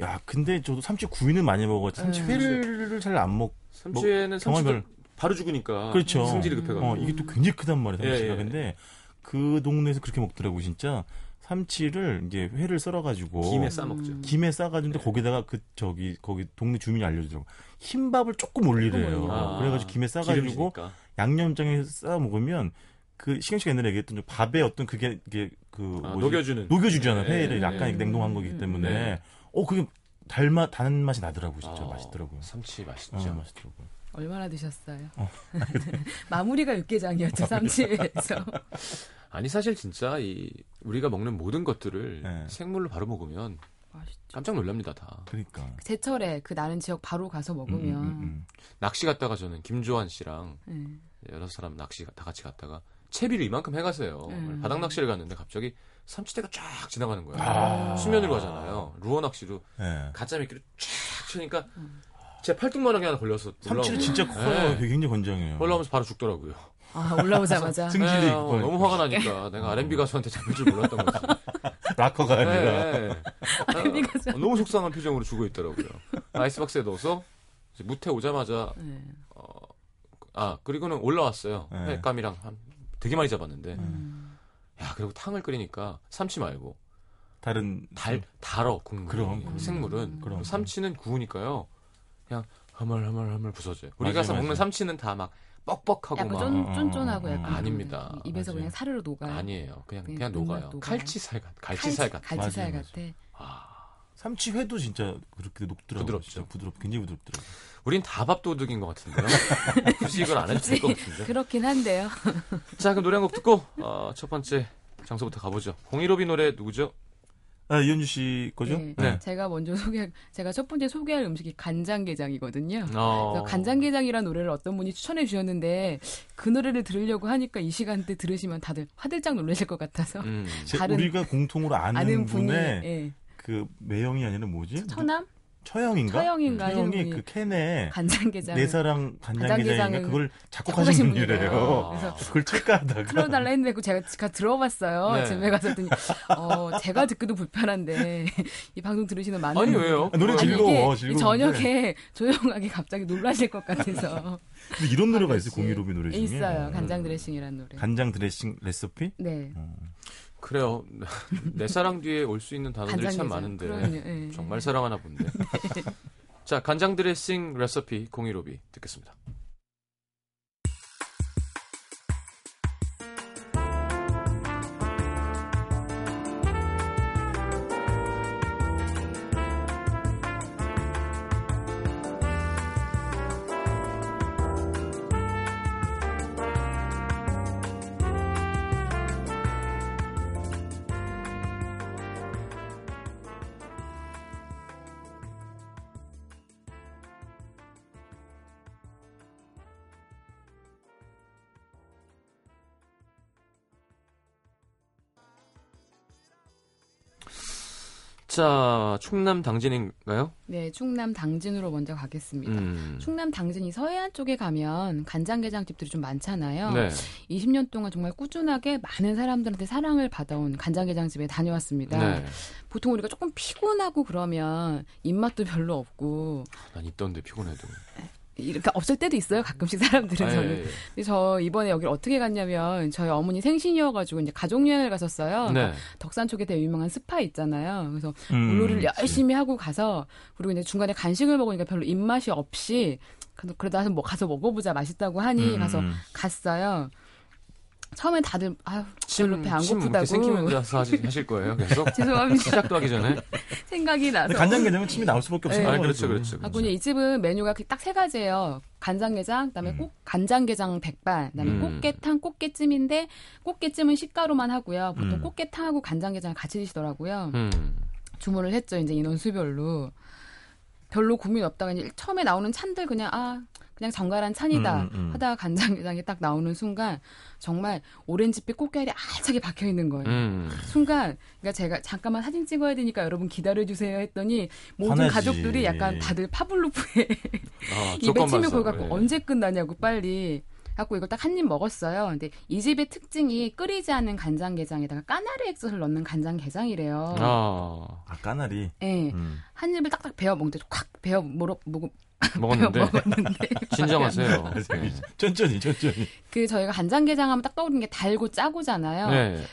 [SPEAKER 3] 야 근데 저도 삼치 구이는 많이 먹었지 삼치
[SPEAKER 4] 음.
[SPEAKER 3] 회를 잘 안 먹.
[SPEAKER 1] 네. 삼치에는 삼치
[SPEAKER 3] 경험별.
[SPEAKER 1] 바로 죽으니까.
[SPEAKER 3] 그렇죠.
[SPEAKER 1] 아, 승질이 급해가지고.
[SPEAKER 3] 어 이게 또 굉장히 크단 말이에요
[SPEAKER 1] 예,
[SPEAKER 3] 삼치가.
[SPEAKER 1] 예.
[SPEAKER 3] 근데 그 동네에서 그렇게 먹더라고 진짜 삼치를 이제 회를 썰어가지고
[SPEAKER 1] 김에 싸 네. 먹죠.
[SPEAKER 3] 김에 싸가지고 거기다가 그 저기 거기 동네 주민이 알려주더라고 흰밥을 조금 올리래요.
[SPEAKER 1] 아,
[SPEAKER 3] 그래가지고 김에 싸가지고
[SPEAKER 1] 기름지니까.
[SPEAKER 3] 양념장에 싸 먹으면 그 시경 씨가 옛날에 얘기했던 좀 밥에 어떤 그게 이게 그
[SPEAKER 1] 아,
[SPEAKER 3] 뭐지?
[SPEAKER 1] 녹여주는.
[SPEAKER 3] 녹여주잖아
[SPEAKER 1] 네,
[SPEAKER 3] 회를
[SPEAKER 1] 네,
[SPEAKER 3] 약간
[SPEAKER 4] 네.
[SPEAKER 3] 냉동한 거기 때문에
[SPEAKER 1] 네.
[SPEAKER 3] 어 그게 달맛 다른 맛이 나더라고 진짜
[SPEAKER 1] 아,
[SPEAKER 3] 맛있더라고요. 어.
[SPEAKER 1] 삼치 맛있죠.
[SPEAKER 3] 진짜 맛있더라고요.
[SPEAKER 4] 얼마나 드셨어요? 마무리가
[SPEAKER 1] 아, 그렇죠.
[SPEAKER 4] 육개장이었죠 삼치에서.
[SPEAKER 1] 아니 사실 진짜 이 우리가 먹는 모든 것들을
[SPEAKER 3] 네.
[SPEAKER 1] 생물로 바로 먹으면
[SPEAKER 4] 맛있죠.
[SPEAKER 1] 깜짝 놀랍니다 다.
[SPEAKER 3] 그러니까. 음,
[SPEAKER 4] 제철에 그 나른 지역 바로 가서
[SPEAKER 3] 음, 음,
[SPEAKER 4] 먹으면
[SPEAKER 3] 음.
[SPEAKER 1] 낚시 갔다가 저는 김조한 씨랑
[SPEAKER 4] 예.
[SPEAKER 1] 여러 사람 낚시 다 같이 갔다가 채비를 이만큼 해가세요.
[SPEAKER 4] 음.
[SPEAKER 1] 바닥 낚시를 갔는데 갑자기 삼치대가 쫙 지나가는 거예요.
[SPEAKER 3] 아.
[SPEAKER 1] 수면으로 가잖아요. 루어 낚시로
[SPEAKER 3] 예.
[SPEAKER 1] 가짜 미끼를 쫙 치니까 제 팔뚝만하게 하나 걸려서
[SPEAKER 3] 삼치는
[SPEAKER 1] 올라오고
[SPEAKER 3] 진짜 커요. 되게 굉장히 건장해요.
[SPEAKER 1] 네. 올라오면서 바로 죽더라고요.
[SPEAKER 4] 아 올라오자마자
[SPEAKER 3] 승- 승질이
[SPEAKER 1] 네,
[SPEAKER 3] 있고.
[SPEAKER 1] 너무 화가 나니까 내가 R&B 가수한테 잡힐 줄 몰랐던 거지.
[SPEAKER 3] 락커가
[SPEAKER 1] 네,
[SPEAKER 3] 아니라
[SPEAKER 1] 네. 어, 너무 속상한 표정으로 죽어 있더라고요. 아이스박스에 넣어서 이제 무태 오자마자
[SPEAKER 4] 예.
[SPEAKER 1] 어, 아 그리고는 올라왔어요.
[SPEAKER 3] 네.
[SPEAKER 1] 횟감이랑 한 되게 많이 잡았는데
[SPEAKER 4] 음.
[SPEAKER 1] 야 그리고 탕을 끓이니까 삼치 말고
[SPEAKER 3] 다른
[SPEAKER 1] 달 달어 국물
[SPEAKER 3] 음.
[SPEAKER 1] 예,
[SPEAKER 3] 그럼,
[SPEAKER 4] 그럼.
[SPEAKER 1] 생물은
[SPEAKER 3] 그럼.
[SPEAKER 1] 삼치는 구우니까요 그냥 허물허물허물 부서져요. 우리가
[SPEAKER 3] 맞아요,
[SPEAKER 1] 가서 먹는
[SPEAKER 3] 맞아요.
[SPEAKER 1] 삼치는 다 막 뻑뻑하고
[SPEAKER 4] 약간
[SPEAKER 1] 막
[SPEAKER 4] 쫀, 쫀쫀하고
[SPEAKER 3] 음.
[SPEAKER 4] 약간
[SPEAKER 1] 아닙니다.
[SPEAKER 4] 입에서
[SPEAKER 3] 맞아요.
[SPEAKER 4] 그냥 사르르 녹아요.
[SPEAKER 1] 아니에요. 그냥
[SPEAKER 4] 네,
[SPEAKER 1] 그냥
[SPEAKER 4] 녹아,
[SPEAKER 1] 녹아요.
[SPEAKER 4] 녹아요.
[SPEAKER 1] 칼치살 같 갈치살 같
[SPEAKER 4] 갈치살
[SPEAKER 3] 맞아요,
[SPEAKER 4] 같아.
[SPEAKER 1] 아,
[SPEAKER 3] 삼치회도 진짜 그렇게 녹더라고요.
[SPEAKER 1] 부드럽죠.
[SPEAKER 3] 진짜 부드럽, 굉장히 부드럽더라고요.
[SPEAKER 1] 우린 다 밥도둑인 것 같은데요. 굳이 이걸 안 해도 될 것 같은데.
[SPEAKER 4] 그렇긴 한데요.
[SPEAKER 1] 자 그럼 노래 한 곡 듣고 어, 첫 번째 장소부터 가보죠. 공일오비 노래 누구죠?
[SPEAKER 3] 아, 이현주 씨 거죠?
[SPEAKER 4] 네.
[SPEAKER 1] 네.
[SPEAKER 4] 제가 먼저 소개 제가 첫 번째 소개할 음식이 간장게장이거든요.
[SPEAKER 1] 어,
[SPEAKER 4] 그래서 간장게장이라는 노래를 어떤 분이 추천해 주셨는데 그 노래를 들으려고 하니까 이 시간대 들으시면 다들 화들짝 놀라실 것 같아서
[SPEAKER 1] 음.
[SPEAKER 3] 제-
[SPEAKER 4] 다른-
[SPEAKER 3] 우리가 공통으로 아는,
[SPEAKER 4] 아는 분이
[SPEAKER 3] 분의
[SPEAKER 4] 예.
[SPEAKER 3] 그 매형이 아니라 뭐지?
[SPEAKER 4] 처남
[SPEAKER 3] 처형인가?
[SPEAKER 4] 처형인가 하시는
[SPEAKER 3] 처형이
[SPEAKER 4] 분이
[SPEAKER 3] 그 캔에
[SPEAKER 4] 간장게장
[SPEAKER 3] 내 사랑 간장게장인가
[SPEAKER 4] 간장게장은
[SPEAKER 3] 그걸
[SPEAKER 4] 작곡하신
[SPEAKER 3] 작곡하신 분이래요. 아.
[SPEAKER 4] 분이래요.
[SPEAKER 1] 그래서
[SPEAKER 3] 그걸 칠까하다가
[SPEAKER 4] 틀어달라 했는데 그 제가 제가 들어봤어요.
[SPEAKER 1] 네.
[SPEAKER 4] 집에 가서 했더니 어, 제가 듣기도 불편한데 이 방송 들으시는 많은
[SPEAKER 1] 아니
[SPEAKER 4] 분들-
[SPEAKER 1] 왜요?
[SPEAKER 3] 아, 노래
[SPEAKER 1] 뭐야?
[SPEAKER 4] 아니,
[SPEAKER 3] 즐거워,
[SPEAKER 4] 이게 이
[SPEAKER 3] 즐거운데.
[SPEAKER 4] 저녁에 조용하게 갑자기 놀라실 것 같아서
[SPEAKER 3] 근데 이런 노래가 있어요.
[SPEAKER 4] 그렇지.
[SPEAKER 3] 공유로비 노래 중에.
[SPEAKER 4] 있어요.
[SPEAKER 3] 음.
[SPEAKER 4] 간장 드레싱이라는 노래.
[SPEAKER 3] 간장 드레싱 레시피? 음.
[SPEAKER 4] 네.
[SPEAKER 1] 그래요. 내 사랑 뒤에 올 수 있는 단어들이 참
[SPEAKER 4] 간장게장.
[SPEAKER 1] 많은데
[SPEAKER 4] 그럼요. 예.
[SPEAKER 1] 정말 사랑하나 본데. 자 간장 드레싱 레시피 공일오비 듣겠습니다. 자 충남 당진인가요?
[SPEAKER 4] 네, 충남 당진으로 먼저 가겠습니다.
[SPEAKER 1] 음.
[SPEAKER 4] 충남 당진이 서해안 쪽에 가면 간장게장 집들이 좀 많잖아요.
[SPEAKER 1] 네.
[SPEAKER 4] 20년 동안 정말 꾸준하게 많은 사람들한테 사랑을 받아온 간장게장 집에 다녀왔습니다.
[SPEAKER 1] 네.
[SPEAKER 4] 보통 우리가 조금 피곤하고 그러면 입맛도 별로 없고
[SPEAKER 1] 난 있던데 피곤해도.
[SPEAKER 4] 이렇게 없을 때도 있어요. 가끔씩 사람들은
[SPEAKER 1] 아, 예,
[SPEAKER 4] 저는.
[SPEAKER 1] 예.
[SPEAKER 4] 근데 저 이번에 여기를 어떻게 갔냐면 저희 어머니 생신이어가지고 이제 가족 여행을 갔었어요.
[SPEAKER 1] 네.
[SPEAKER 4] 덕산 쪽에 되게 유명한 스파 있잖아요. 그래서
[SPEAKER 3] 음.
[SPEAKER 4] 물놀이를 열심히 하고 가서 그리고 이제 중간에 간식을 먹으니까 별로 입맛이 없이 그래도- 그래도 하여튼 뭐 가서 먹어보자 맛있다고 하니
[SPEAKER 3] 음,
[SPEAKER 4] 가서
[SPEAKER 3] 음.
[SPEAKER 4] 갔어요. 처음엔 다들 아유 별로 배 안
[SPEAKER 1] 침 이렇게
[SPEAKER 4] 고프다고
[SPEAKER 1] 생기면서 하시- 하실 거예요. 계속
[SPEAKER 4] 죄송합니다
[SPEAKER 1] 시작도 하기 전에.
[SPEAKER 4] 생각이 나서
[SPEAKER 3] 근데 간장게장은 침이 나올 수밖에
[SPEAKER 4] 네.
[SPEAKER 3] 없어요.
[SPEAKER 1] 아, 그렇죠, 그렇죠.
[SPEAKER 4] 하고 이제 이 집은 메뉴가 그 딱 세 가지예요. 간장게장, 그다음에
[SPEAKER 3] 음.
[SPEAKER 4] 꼭 간장게장 백반, 그다음에
[SPEAKER 1] 음.
[SPEAKER 4] 꽃게탕, 꽃게찜인데 꽃게찜은 식가루만 하고요. 보통
[SPEAKER 3] 음.
[SPEAKER 4] 꽃게탕하고 간장게장을 같이 드시더라고요.
[SPEAKER 1] 음.
[SPEAKER 4] 주문을 했죠. 이제 인원 수별로 별로 고민 없다가 이제 처음에 나오는 찬들 그냥 아 그냥 정갈한 찬이다
[SPEAKER 3] 음, 음, 음.
[SPEAKER 4] 하다가 간장게장이 딱 나오는 순간 정말 오렌지빛 꽃게알이 알차게 박혀 있는 거예요.
[SPEAKER 1] 음.
[SPEAKER 4] 순간 그러니까 제가 잠깐만 사진 찍어야 되니까 여러분 기다려 주세요 했더니 모든
[SPEAKER 3] 화나지.
[SPEAKER 4] 가족들이 약간 다들 파블로프에
[SPEAKER 1] 아,
[SPEAKER 4] 입에 침이
[SPEAKER 1] 조건반사.
[SPEAKER 4] 골갖고
[SPEAKER 1] 예.
[SPEAKER 4] 언제 끝나냐고 빨리 하고 이걸 딱 한 입 먹었어요. 근데 이 집의 특징이 끓이지 않은 간장게장에다가 까나리 액젓을 넣는 간장게장이래요.
[SPEAKER 1] 아,
[SPEAKER 3] 아, 까나리.
[SPEAKER 4] 예.
[SPEAKER 3] 음.
[SPEAKER 4] 한 입을 딱딱 베어 먹는데 콱 베어 물어 먹어 베어
[SPEAKER 1] 먹었는데
[SPEAKER 4] 먹었는데 어.
[SPEAKER 1] 진정하세요.
[SPEAKER 4] 네.
[SPEAKER 3] 알겠습니다. 천천히, 천천히.
[SPEAKER 4] 그 저희가 간장게장 하면 딱 떠오르는 게 달고 짜고잖아요.
[SPEAKER 1] 네. 네.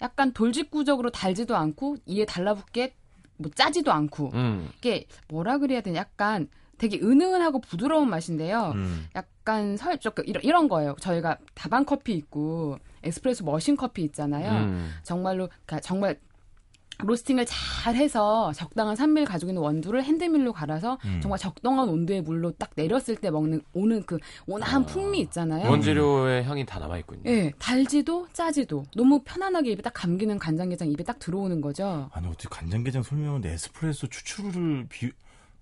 [SPEAKER 4] 약간 돌직구적으로 달지도 않고 이에 달라붙게 뭐 짜지도 않고
[SPEAKER 1] 음.
[SPEAKER 4] 이게 뭐라 그래야 되냐 약간 되게 은은하고 부드러운 맛인데요.
[SPEAKER 3] 음.
[SPEAKER 4] 약간 설 조금 이런, 이런 거예요. 저희가 다방 커피 있고 에스프레소 머신 커피 있잖아요.
[SPEAKER 1] 음.
[SPEAKER 4] 정말로 그러니까 정말 로스팅을 잘 해서 적당한 산미를 가지고 있는 원두를 핸드밀로 갈아서
[SPEAKER 3] 음.
[SPEAKER 4] 정말 적당한 온도의 물로 딱 내렸을 때 먹는 오는 그 온화한
[SPEAKER 1] 아,
[SPEAKER 4] 풍미 있잖아요.
[SPEAKER 1] 원재료의 향이 다 남아 있군요.
[SPEAKER 4] 예, 달지도 짜지도 너무 편안하게 입에 딱 감기는 간장게장 입에 딱 들어오는 거죠.
[SPEAKER 3] 아니, 어떻게 간장게장 설명하는데 에스프레소 추출을 비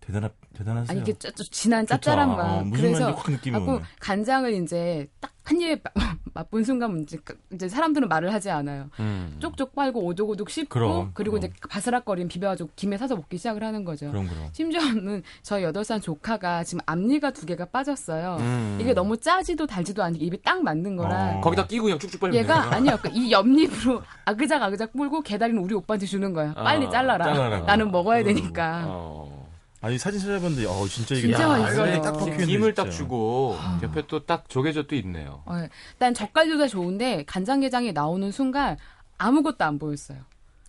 [SPEAKER 3] 대단하, 대단하세요.
[SPEAKER 4] 아니 이게 짜, 짜- 진한
[SPEAKER 3] 좋다.
[SPEAKER 4] 짭짤한
[SPEAKER 3] 어,
[SPEAKER 4] 맛.
[SPEAKER 3] 무슨
[SPEAKER 4] 그래서
[SPEAKER 3] 말인지 확 느낌이
[SPEAKER 4] 하고
[SPEAKER 3] 오네.
[SPEAKER 4] 간장을 이제 딱 한 입에 마- 맛본 순간 이제, 그- 이제 사람들은 말을 하지 않아요.
[SPEAKER 1] 음.
[SPEAKER 4] 쪽쪽 빨고 오독오독 씹고
[SPEAKER 3] 그럼, 어.
[SPEAKER 4] 그리고
[SPEAKER 3] 그럼.
[SPEAKER 4] 이제 바스락거리면 비벼가지고 김에 사서 먹기 시작을 하는 거죠.
[SPEAKER 3] 그럼, 그럼.
[SPEAKER 4] 심지어는 저희 8살 조카가 지금 앞니가 두 개가 빠졌어요.
[SPEAKER 1] 음.
[SPEAKER 4] 이게 너무 짜지도 달지도 않게 입에 딱 맞는 거라
[SPEAKER 3] 어.
[SPEAKER 1] 거기다 끼고 그냥 쭉쭉 빨면
[SPEAKER 4] 얘가
[SPEAKER 1] 되나?
[SPEAKER 4] 아니요 그이 옆니으로 아그작 아그작 물고 개다리는 우리 오빠한테 주는 거야. 빨리
[SPEAKER 1] 아,
[SPEAKER 4] 잘라라.
[SPEAKER 3] 잘라라.
[SPEAKER 4] 나는 먹어야
[SPEAKER 1] 그러고.
[SPEAKER 4] 되니까.
[SPEAKER 1] 어.
[SPEAKER 3] 아니 사진 찾아봤는데 어 진짜 이게
[SPEAKER 4] 진짜
[SPEAKER 3] 딱
[SPEAKER 4] 맛있어요.
[SPEAKER 3] 알갈이 딱
[SPEAKER 4] 김-
[SPEAKER 3] 박혀 있네.
[SPEAKER 1] 김을 딱
[SPEAKER 3] 진짜.
[SPEAKER 1] 주고
[SPEAKER 4] 아.
[SPEAKER 1] 옆에 또 딱 조개젓도 있네요.
[SPEAKER 4] 어, 일단 젓갈류가 좋은데 간장게장이 나오는 순간 아무것도 안 보였어요.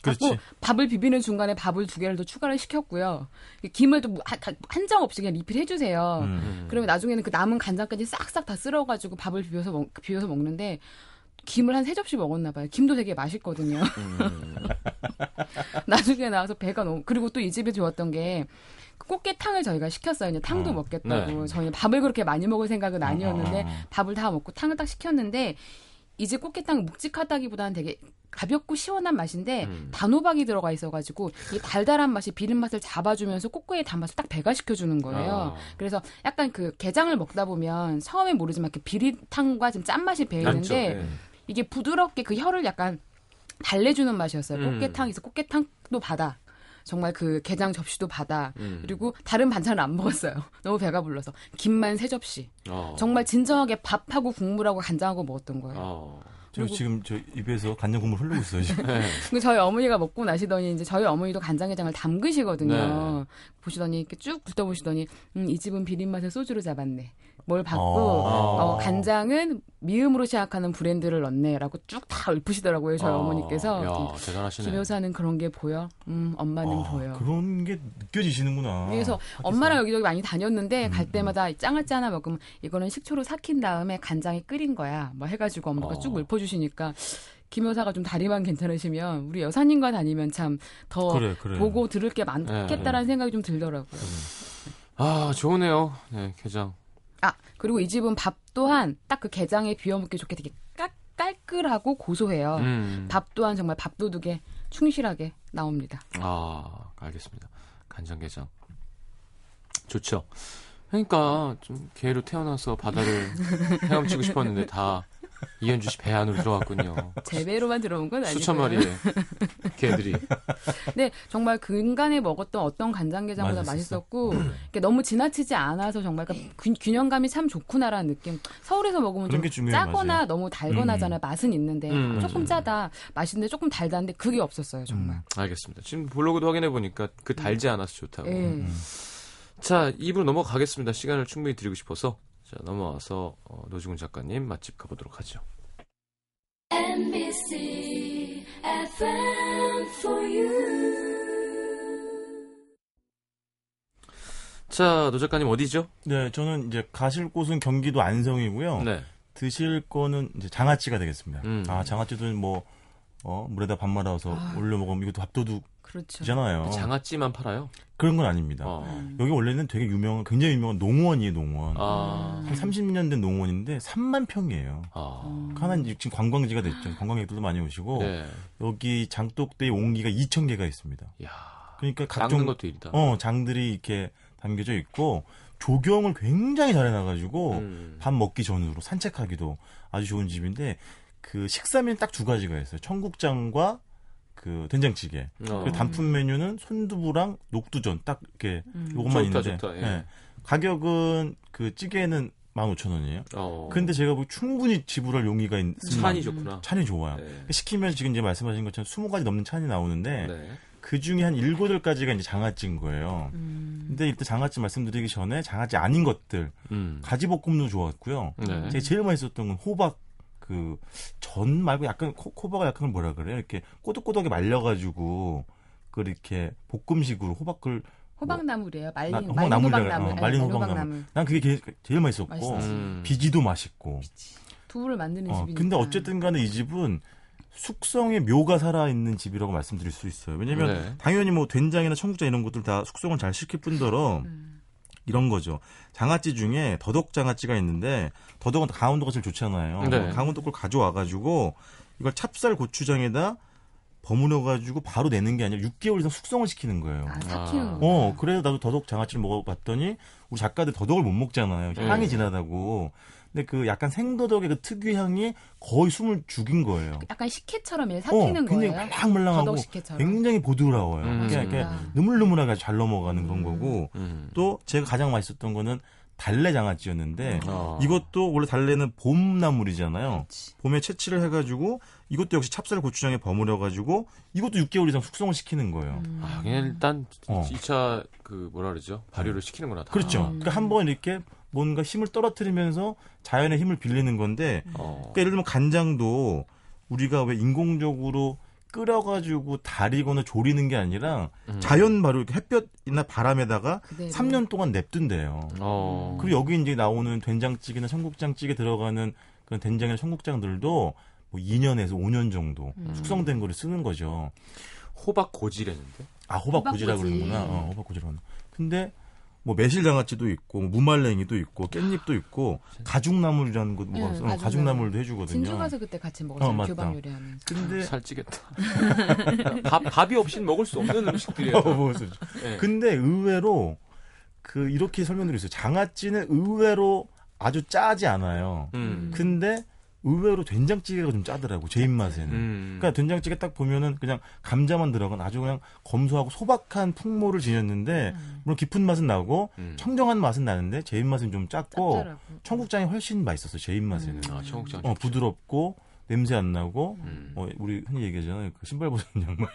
[SPEAKER 3] 그렇지.
[SPEAKER 4] 갖고 밥을 비비는 중간에 밥을 두 개를 더 추가를 시켰고요. 김을 또한장 없이 그냥 리필해 주세요.
[SPEAKER 3] 음.
[SPEAKER 4] 그러면 나중에는 그 남은 간장까지 싹싹 다 쓸어가지고 밥을 비벼서 먹, 비벼서 먹는데 김을 한 세 접시 먹었나 봐요. 김도 되게 맛있거든요.
[SPEAKER 3] 음.
[SPEAKER 4] 나중에 나와서 배가 너무 그리고 또 이 집이 좋았던 게그 꽃게탕을 저희가 시켰어요. 이제 탕도
[SPEAKER 3] 어,
[SPEAKER 4] 먹겠다고
[SPEAKER 1] 네.
[SPEAKER 4] 저희는 밥을 그렇게 많이 먹을 생각은 아니었는데
[SPEAKER 3] 어, 어, 어.
[SPEAKER 4] 밥을 다 먹고 탕을 딱 시켰는데 이제 꽃게탕 묵직하다기보다는 되게 가볍고 시원한 맛인데
[SPEAKER 1] 음.
[SPEAKER 4] 단호박이 들어가 있어가지고 이 달달한 맛이 비린 맛을 잡아주면서 꼬꼬의 단맛을 딱 배가시켜주는 거예요.
[SPEAKER 1] 아.
[SPEAKER 4] 그래서 약간 그 게장을 먹다 보면 처음에 모르지만 이렇게 비릿함과 좀 짠맛이
[SPEAKER 1] 남죠.
[SPEAKER 4] 배이는데
[SPEAKER 1] 네.
[SPEAKER 4] 이게 부드럽게 그 혀를 약간 달래주는 맛이었어요.
[SPEAKER 1] 음.
[SPEAKER 4] 꽃게탕에서 꽃게탕도 받아. 정말 그 게장 접시도 받아.
[SPEAKER 1] 음.
[SPEAKER 4] 그리고 다른 반찬을 안 먹었어요. 너무 배가 불러서. 김만 세 접시.
[SPEAKER 1] 어.
[SPEAKER 4] 정말 진정하게 밥하고 국물하고 간장하고 먹었던 거예요.
[SPEAKER 1] 어.
[SPEAKER 3] 저 지금 저 입에서 간장 국물 흐르고 있어요. 지금.
[SPEAKER 4] 근데 그 저희 어머니가 먹고 나시더니 이제 저희 어머니도 간장게장을 담그시거든요.
[SPEAKER 1] 네.
[SPEAKER 4] 보시더니 이렇게 쭉 훑어보시더니 음, 이 집은 비린 맛을 소주로 잡았네. 뭘 받고
[SPEAKER 3] 어.
[SPEAKER 4] 어, 간장은 미음으로 시작하는 브랜드를 넣네라고 쭉 다 읊으시더라고요. 저희
[SPEAKER 1] 어.
[SPEAKER 4] 어. 머니께서
[SPEAKER 1] 야, 대단하시네. 어,
[SPEAKER 4] 김 여사는 그런 게 보여. 음, 엄마는
[SPEAKER 3] 아,
[SPEAKER 4] 보여.
[SPEAKER 3] 그런 게 느껴지시는구나.
[SPEAKER 4] 그래서 엄마랑 여기저기 많이 다녔는데 갈 때마다 이 짱아찌 하나 먹으면 이거는 식초로 삭힌 다음에 간장에 끓인 거야. 뭐 해가지고 엄마가
[SPEAKER 1] 어.
[SPEAKER 4] 쭉 읊어주시니까 김 여사가 좀 다리만 괜찮으시면 우리 여사님과 다니면 참 더
[SPEAKER 3] 그래 그래.
[SPEAKER 4] 보고 들을 게 많겠다라는 생각이 좀 들더라고요.
[SPEAKER 1] 아, 좋으네요. 네, 게장.
[SPEAKER 4] 아 그리고 이 집은 밥 또한 딱 그 게장에 비워 먹기 좋게 되게 깔, 깔끔하고 고소해요.
[SPEAKER 1] 음.
[SPEAKER 4] 밥 또한 정말 밥도둑에 충실하게 나옵니다.
[SPEAKER 1] 아, 알겠습니다. 간장게장. 좋죠. 그러니까 좀 개로 태어나서 바다를 헤엄치고 싶었는데 다 이현주 씨 배 안으로 들어갔군요.
[SPEAKER 4] 제배로만 들어온 건 아니고.
[SPEAKER 1] 아, 수천 마리의 개들이.
[SPEAKER 4] 네, 정말 근간에 먹었던 어떤 간장게장보다
[SPEAKER 3] 맛있었어. 음.
[SPEAKER 4] 맛있었고 이렇게 너무 지나치지 않아서 정말 그러니까 균, 균형감이 참 좋구나라는 느낌. 서울에서 먹으면
[SPEAKER 3] 그런
[SPEAKER 4] 좀
[SPEAKER 3] 게 중요해요,
[SPEAKER 4] 짜거나
[SPEAKER 3] 맞아요.
[SPEAKER 4] 너무 달거나잖아요. 맛은 있는데
[SPEAKER 1] 음,
[SPEAKER 4] 조금
[SPEAKER 1] 맞아요.
[SPEAKER 4] 짜다, 맛있는데 조금 달다는데 그게 없었어요 정말.
[SPEAKER 3] 음.
[SPEAKER 1] 알겠습니다. 지금 블로그도 확인해 보니까 그 달지 않아서 좋다고.
[SPEAKER 4] 예.
[SPEAKER 3] 음,
[SPEAKER 1] 자, 2부로 넘어가겠습니다. 시간을 충분히 드리고 싶어서. 자, 넘어와서 어, 노지군 작가님 맛집 가보도록 하죠.
[SPEAKER 5] NBC FM for you.
[SPEAKER 1] 자, 노 작가님 어디죠?
[SPEAKER 3] 네, 저는 이제 가실 곳은 경기도 안성이고요.
[SPEAKER 1] 네.
[SPEAKER 3] 드실 거는 이제 장아찌가 되겠습니다.
[SPEAKER 1] 음.
[SPEAKER 3] 아 장아찌도 뭐 어, 물에다 밥 말아서 올려 먹으면 이것도 밥도둑이잖아요.
[SPEAKER 4] 그렇죠.
[SPEAKER 3] 어.
[SPEAKER 1] 장아찌만 팔아요.
[SPEAKER 3] 그런 건 아닙니다.
[SPEAKER 1] 어.
[SPEAKER 4] 음.
[SPEAKER 3] 여기 원래는 되게 유명한, 굉장히 유명한 농원이에요, 농원.
[SPEAKER 1] 아.
[SPEAKER 3] 한 30년 된 농원인데 3만 평이에요.
[SPEAKER 1] 아.
[SPEAKER 3] 하나 이제 지금 관광지가 됐죠. 관광객들도 많이 오시고
[SPEAKER 1] 네.
[SPEAKER 3] 여기 장독대에 옹기가 2천 개가 있습니다.
[SPEAKER 1] 야.
[SPEAKER 3] 그러니까
[SPEAKER 1] 깎는
[SPEAKER 3] 각종
[SPEAKER 1] 것도 일이다.
[SPEAKER 3] 어 장들이 이렇게 담겨져 있고 조경을 굉장히 잘해놔가지고
[SPEAKER 1] 음.
[SPEAKER 3] 밥 먹기 전으로 산책하기도 아주 좋은 집인데 그 식사 메뉴 딱 두 가지가 있어요. 청국장과 그 된장찌개.
[SPEAKER 1] 어.
[SPEAKER 3] 그 단품 메뉴는 손두부랑 녹두전 딱 이렇게
[SPEAKER 1] 좋다,
[SPEAKER 3] 요것만 있는데
[SPEAKER 1] 좋다, 예.
[SPEAKER 3] 예. 가격은 그 찌개는 15,000원이에요.
[SPEAKER 1] 어.
[SPEAKER 3] 근데 제가 보기 충분히 지불할 용의가 있는
[SPEAKER 1] 찬이 좋구나.
[SPEAKER 3] 찬이 좋아요.
[SPEAKER 1] 네.
[SPEAKER 3] 시키면 지금 이제 말씀하신 것처럼 20가지 넘는 찬이 나오는데
[SPEAKER 1] 네.
[SPEAKER 3] 그 중에 한 7, 8가지가 이제 장아찌인 거예요. 근데 일단 장아찌 말씀드리기 전에 장아찌 아닌 것들
[SPEAKER 1] 음.
[SPEAKER 3] 가지볶음도 좋았고요.
[SPEAKER 1] 네.
[SPEAKER 3] 제가 제일 맛있었던 건 호박 그 전 말고 약간 코- 호박을 약간 뭐라 그래요? 이렇게 꼬독꼬독하게 말려가지고 그 이렇게 볶음식으로 호박을
[SPEAKER 4] 호박나물이에요. 말린
[SPEAKER 3] 아,
[SPEAKER 4] 말린
[SPEAKER 3] 뭐 호박나물이라
[SPEAKER 4] 호박나물.
[SPEAKER 3] 그래요.
[SPEAKER 4] 아니,
[SPEAKER 3] 말린 호박나물. 난 그게 게- 제일 맛있었고
[SPEAKER 4] 맛있었지.
[SPEAKER 1] 음.
[SPEAKER 3] 비지도 맛있고.
[SPEAKER 4] 두부를 만드는
[SPEAKER 3] 어,
[SPEAKER 4] 집이니까.
[SPEAKER 3] 근데 어쨌든 간에 이 집은 숙성의 묘가 살아있는 집이라고 말씀드릴 수 있어요. 왜냐면
[SPEAKER 1] 네.
[SPEAKER 3] 당연히 뭐 된장이나 청국장 이런 것들 다 숙성을 잘 시킬 뿐더러
[SPEAKER 4] 음.
[SPEAKER 3] 이런 거죠. 장아찌 중에 더덕 장아찌가 있는데 더덕은 강원도가 제일 좋잖아요.
[SPEAKER 1] 네.
[SPEAKER 3] 강원도 걸 가져와가지고 이걸 찹쌀 고추장에다 버무려가지고 바로 내는 게 아니라 6개월 이상 숙성을 시키는 거예요.
[SPEAKER 4] 아, 삭히는 거.
[SPEAKER 3] 어, 그래서 나도 더덕 장아찌를 먹어봤더니 우리 작가들 더덕을 못 먹잖아요.
[SPEAKER 4] 네.
[SPEAKER 3] 향이
[SPEAKER 1] 음.
[SPEAKER 3] 진하다고. 근데 그 약간 생더덕의 그 특유 향이 거의 숨을 죽인 거예요.
[SPEAKER 4] 약간 식혜처럼 이렇게
[SPEAKER 3] 어,
[SPEAKER 4] 그 삭히는
[SPEAKER 3] 굉장히
[SPEAKER 4] 거예요.
[SPEAKER 3] 말랑말랑하고
[SPEAKER 4] 더덕 식혜처럼.
[SPEAKER 3] 굉장히 보드라워요.
[SPEAKER 1] 음.
[SPEAKER 3] 그냥 이렇게
[SPEAKER 4] 맞습니다. 음.
[SPEAKER 3] 느물느물하게 잘 넘어가는 그런 거고
[SPEAKER 1] 음.
[SPEAKER 3] 또 제가 가장 맛있었던 거는 달래 장아찌였는데
[SPEAKER 1] 어.
[SPEAKER 3] 이것도 원래 달래는 봄나물이잖아요.
[SPEAKER 4] 음. 그치.
[SPEAKER 3] 봄에 채취를 해가지고 이것도 역시 찹쌀 고추장에 버무려가지고 이것도 6개월 이상 숙성을 시키는
[SPEAKER 4] 음.
[SPEAKER 3] 거예요.
[SPEAKER 1] 아, 그냥 일단
[SPEAKER 3] 어.
[SPEAKER 1] 2차 그 뭐라 그러죠? 발효를 시키는구나. 다.
[SPEAKER 3] 그렇죠. 그러니까 한 번 이렇게 뭔가 힘을 떨어뜨리면서 자연의 힘을 빌리는 건데
[SPEAKER 1] 어.
[SPEAKER 3] 그러니까 예를 들면 간장도 우리가 왜 인공적으로 끓여가지고 달이거나 조리는 게 아니라
[SPEAKER 1] 음.
[SPEAKER 3] 자연 바로 이렇게 햇볕이나 바람에다가
[SPEAKER 4] 그대로.
[SPEAKER 3] 3년 동안 냅둔대요.
[SPEAKER 1] 어.
[SPEAKER 3] 그리고 여기 이제 나오는 된장찌개나 청국장찌개 들어가는 그런 된장이나 청국장들도 뭐 2년에서 5년 정도
[SPEAKER 4] 음.
[SPEAKER 3] 숙성된 거를 쓰는 거죠.
[SPEAKER 1] 호박 고지라는데.
[SPEAKER 3] 아 호박고지라
[SPEAKER 4] 호박고지.
[SPEAKER 3] 그러는구나. 어, 호박고지라 그러나. 근데 뭐 매실장아찌도 있고 뭐 무말랭이도 있고 깻잎도 있고 가죽나물이라는 것도 뭐가
[SPEAKER 4] 네,
[SPEAKER 3] 있어요.
[SPEAKER 4] 아, 가죽나물.
[SPEAKER 3] 가죽나물도 해주거든요.
[SPEAKER 4] 진주 가서 그때 같이 먹었잖아
[SPEAKER 3] 어,
[SPEAKER 4] 요
[SPEAKER 3] 맞다.
[SPEAKER 4] 교방 요리하면서.
[SPEAKER 3] 근데
[SPEAKER 1] 아, 살찌겠다. 밥 밥이 없인 먹을 수 없는 음식들이야.
[SPEAKER 3] 어, 뭐, 그래서
[SPEAKER 1] 예.
[SPEAKER 3] 근데 의외로 그 이렇게 설명드릴 수 있어요. 장아찌는 의외로 아주 짜지 않아요.
[SPEAKER 1] 음.
[SPEAKER 3] 근데 의외로 된장찌개가 좀 짜더라고 제 입맛에는.
[SPEAKER 1] 음.
[SPEAKER 3] 그러니까 된장찌개 딱 보면은 그냥 감자만 들어간 아주 그냥 검소하고 소박한 풍모를 지녔는데
[SPEAKER 4] 음.
[SPEAKER 3] 물론 깊은 맛은 나고
[SPEAKER 1] 음.
[SPEAKER 3] 청정한 맛은 나는데 제 입맛은 좀 짰고
[SPEAKER 4] 짭짤하고.
[SPEAKER 3] 청국장이 훨씬 맛있었어 요제 입맛에는.
[SPEAKER 1] 아, 청국장.
[SPEAKER 3] 어 부드럽고 냄새 안 나고
[SPEAKER 1] 음.
[SPEAKER 3] 어, 우리 흔히 얘기하잖아요. 그 신발 벗은 양말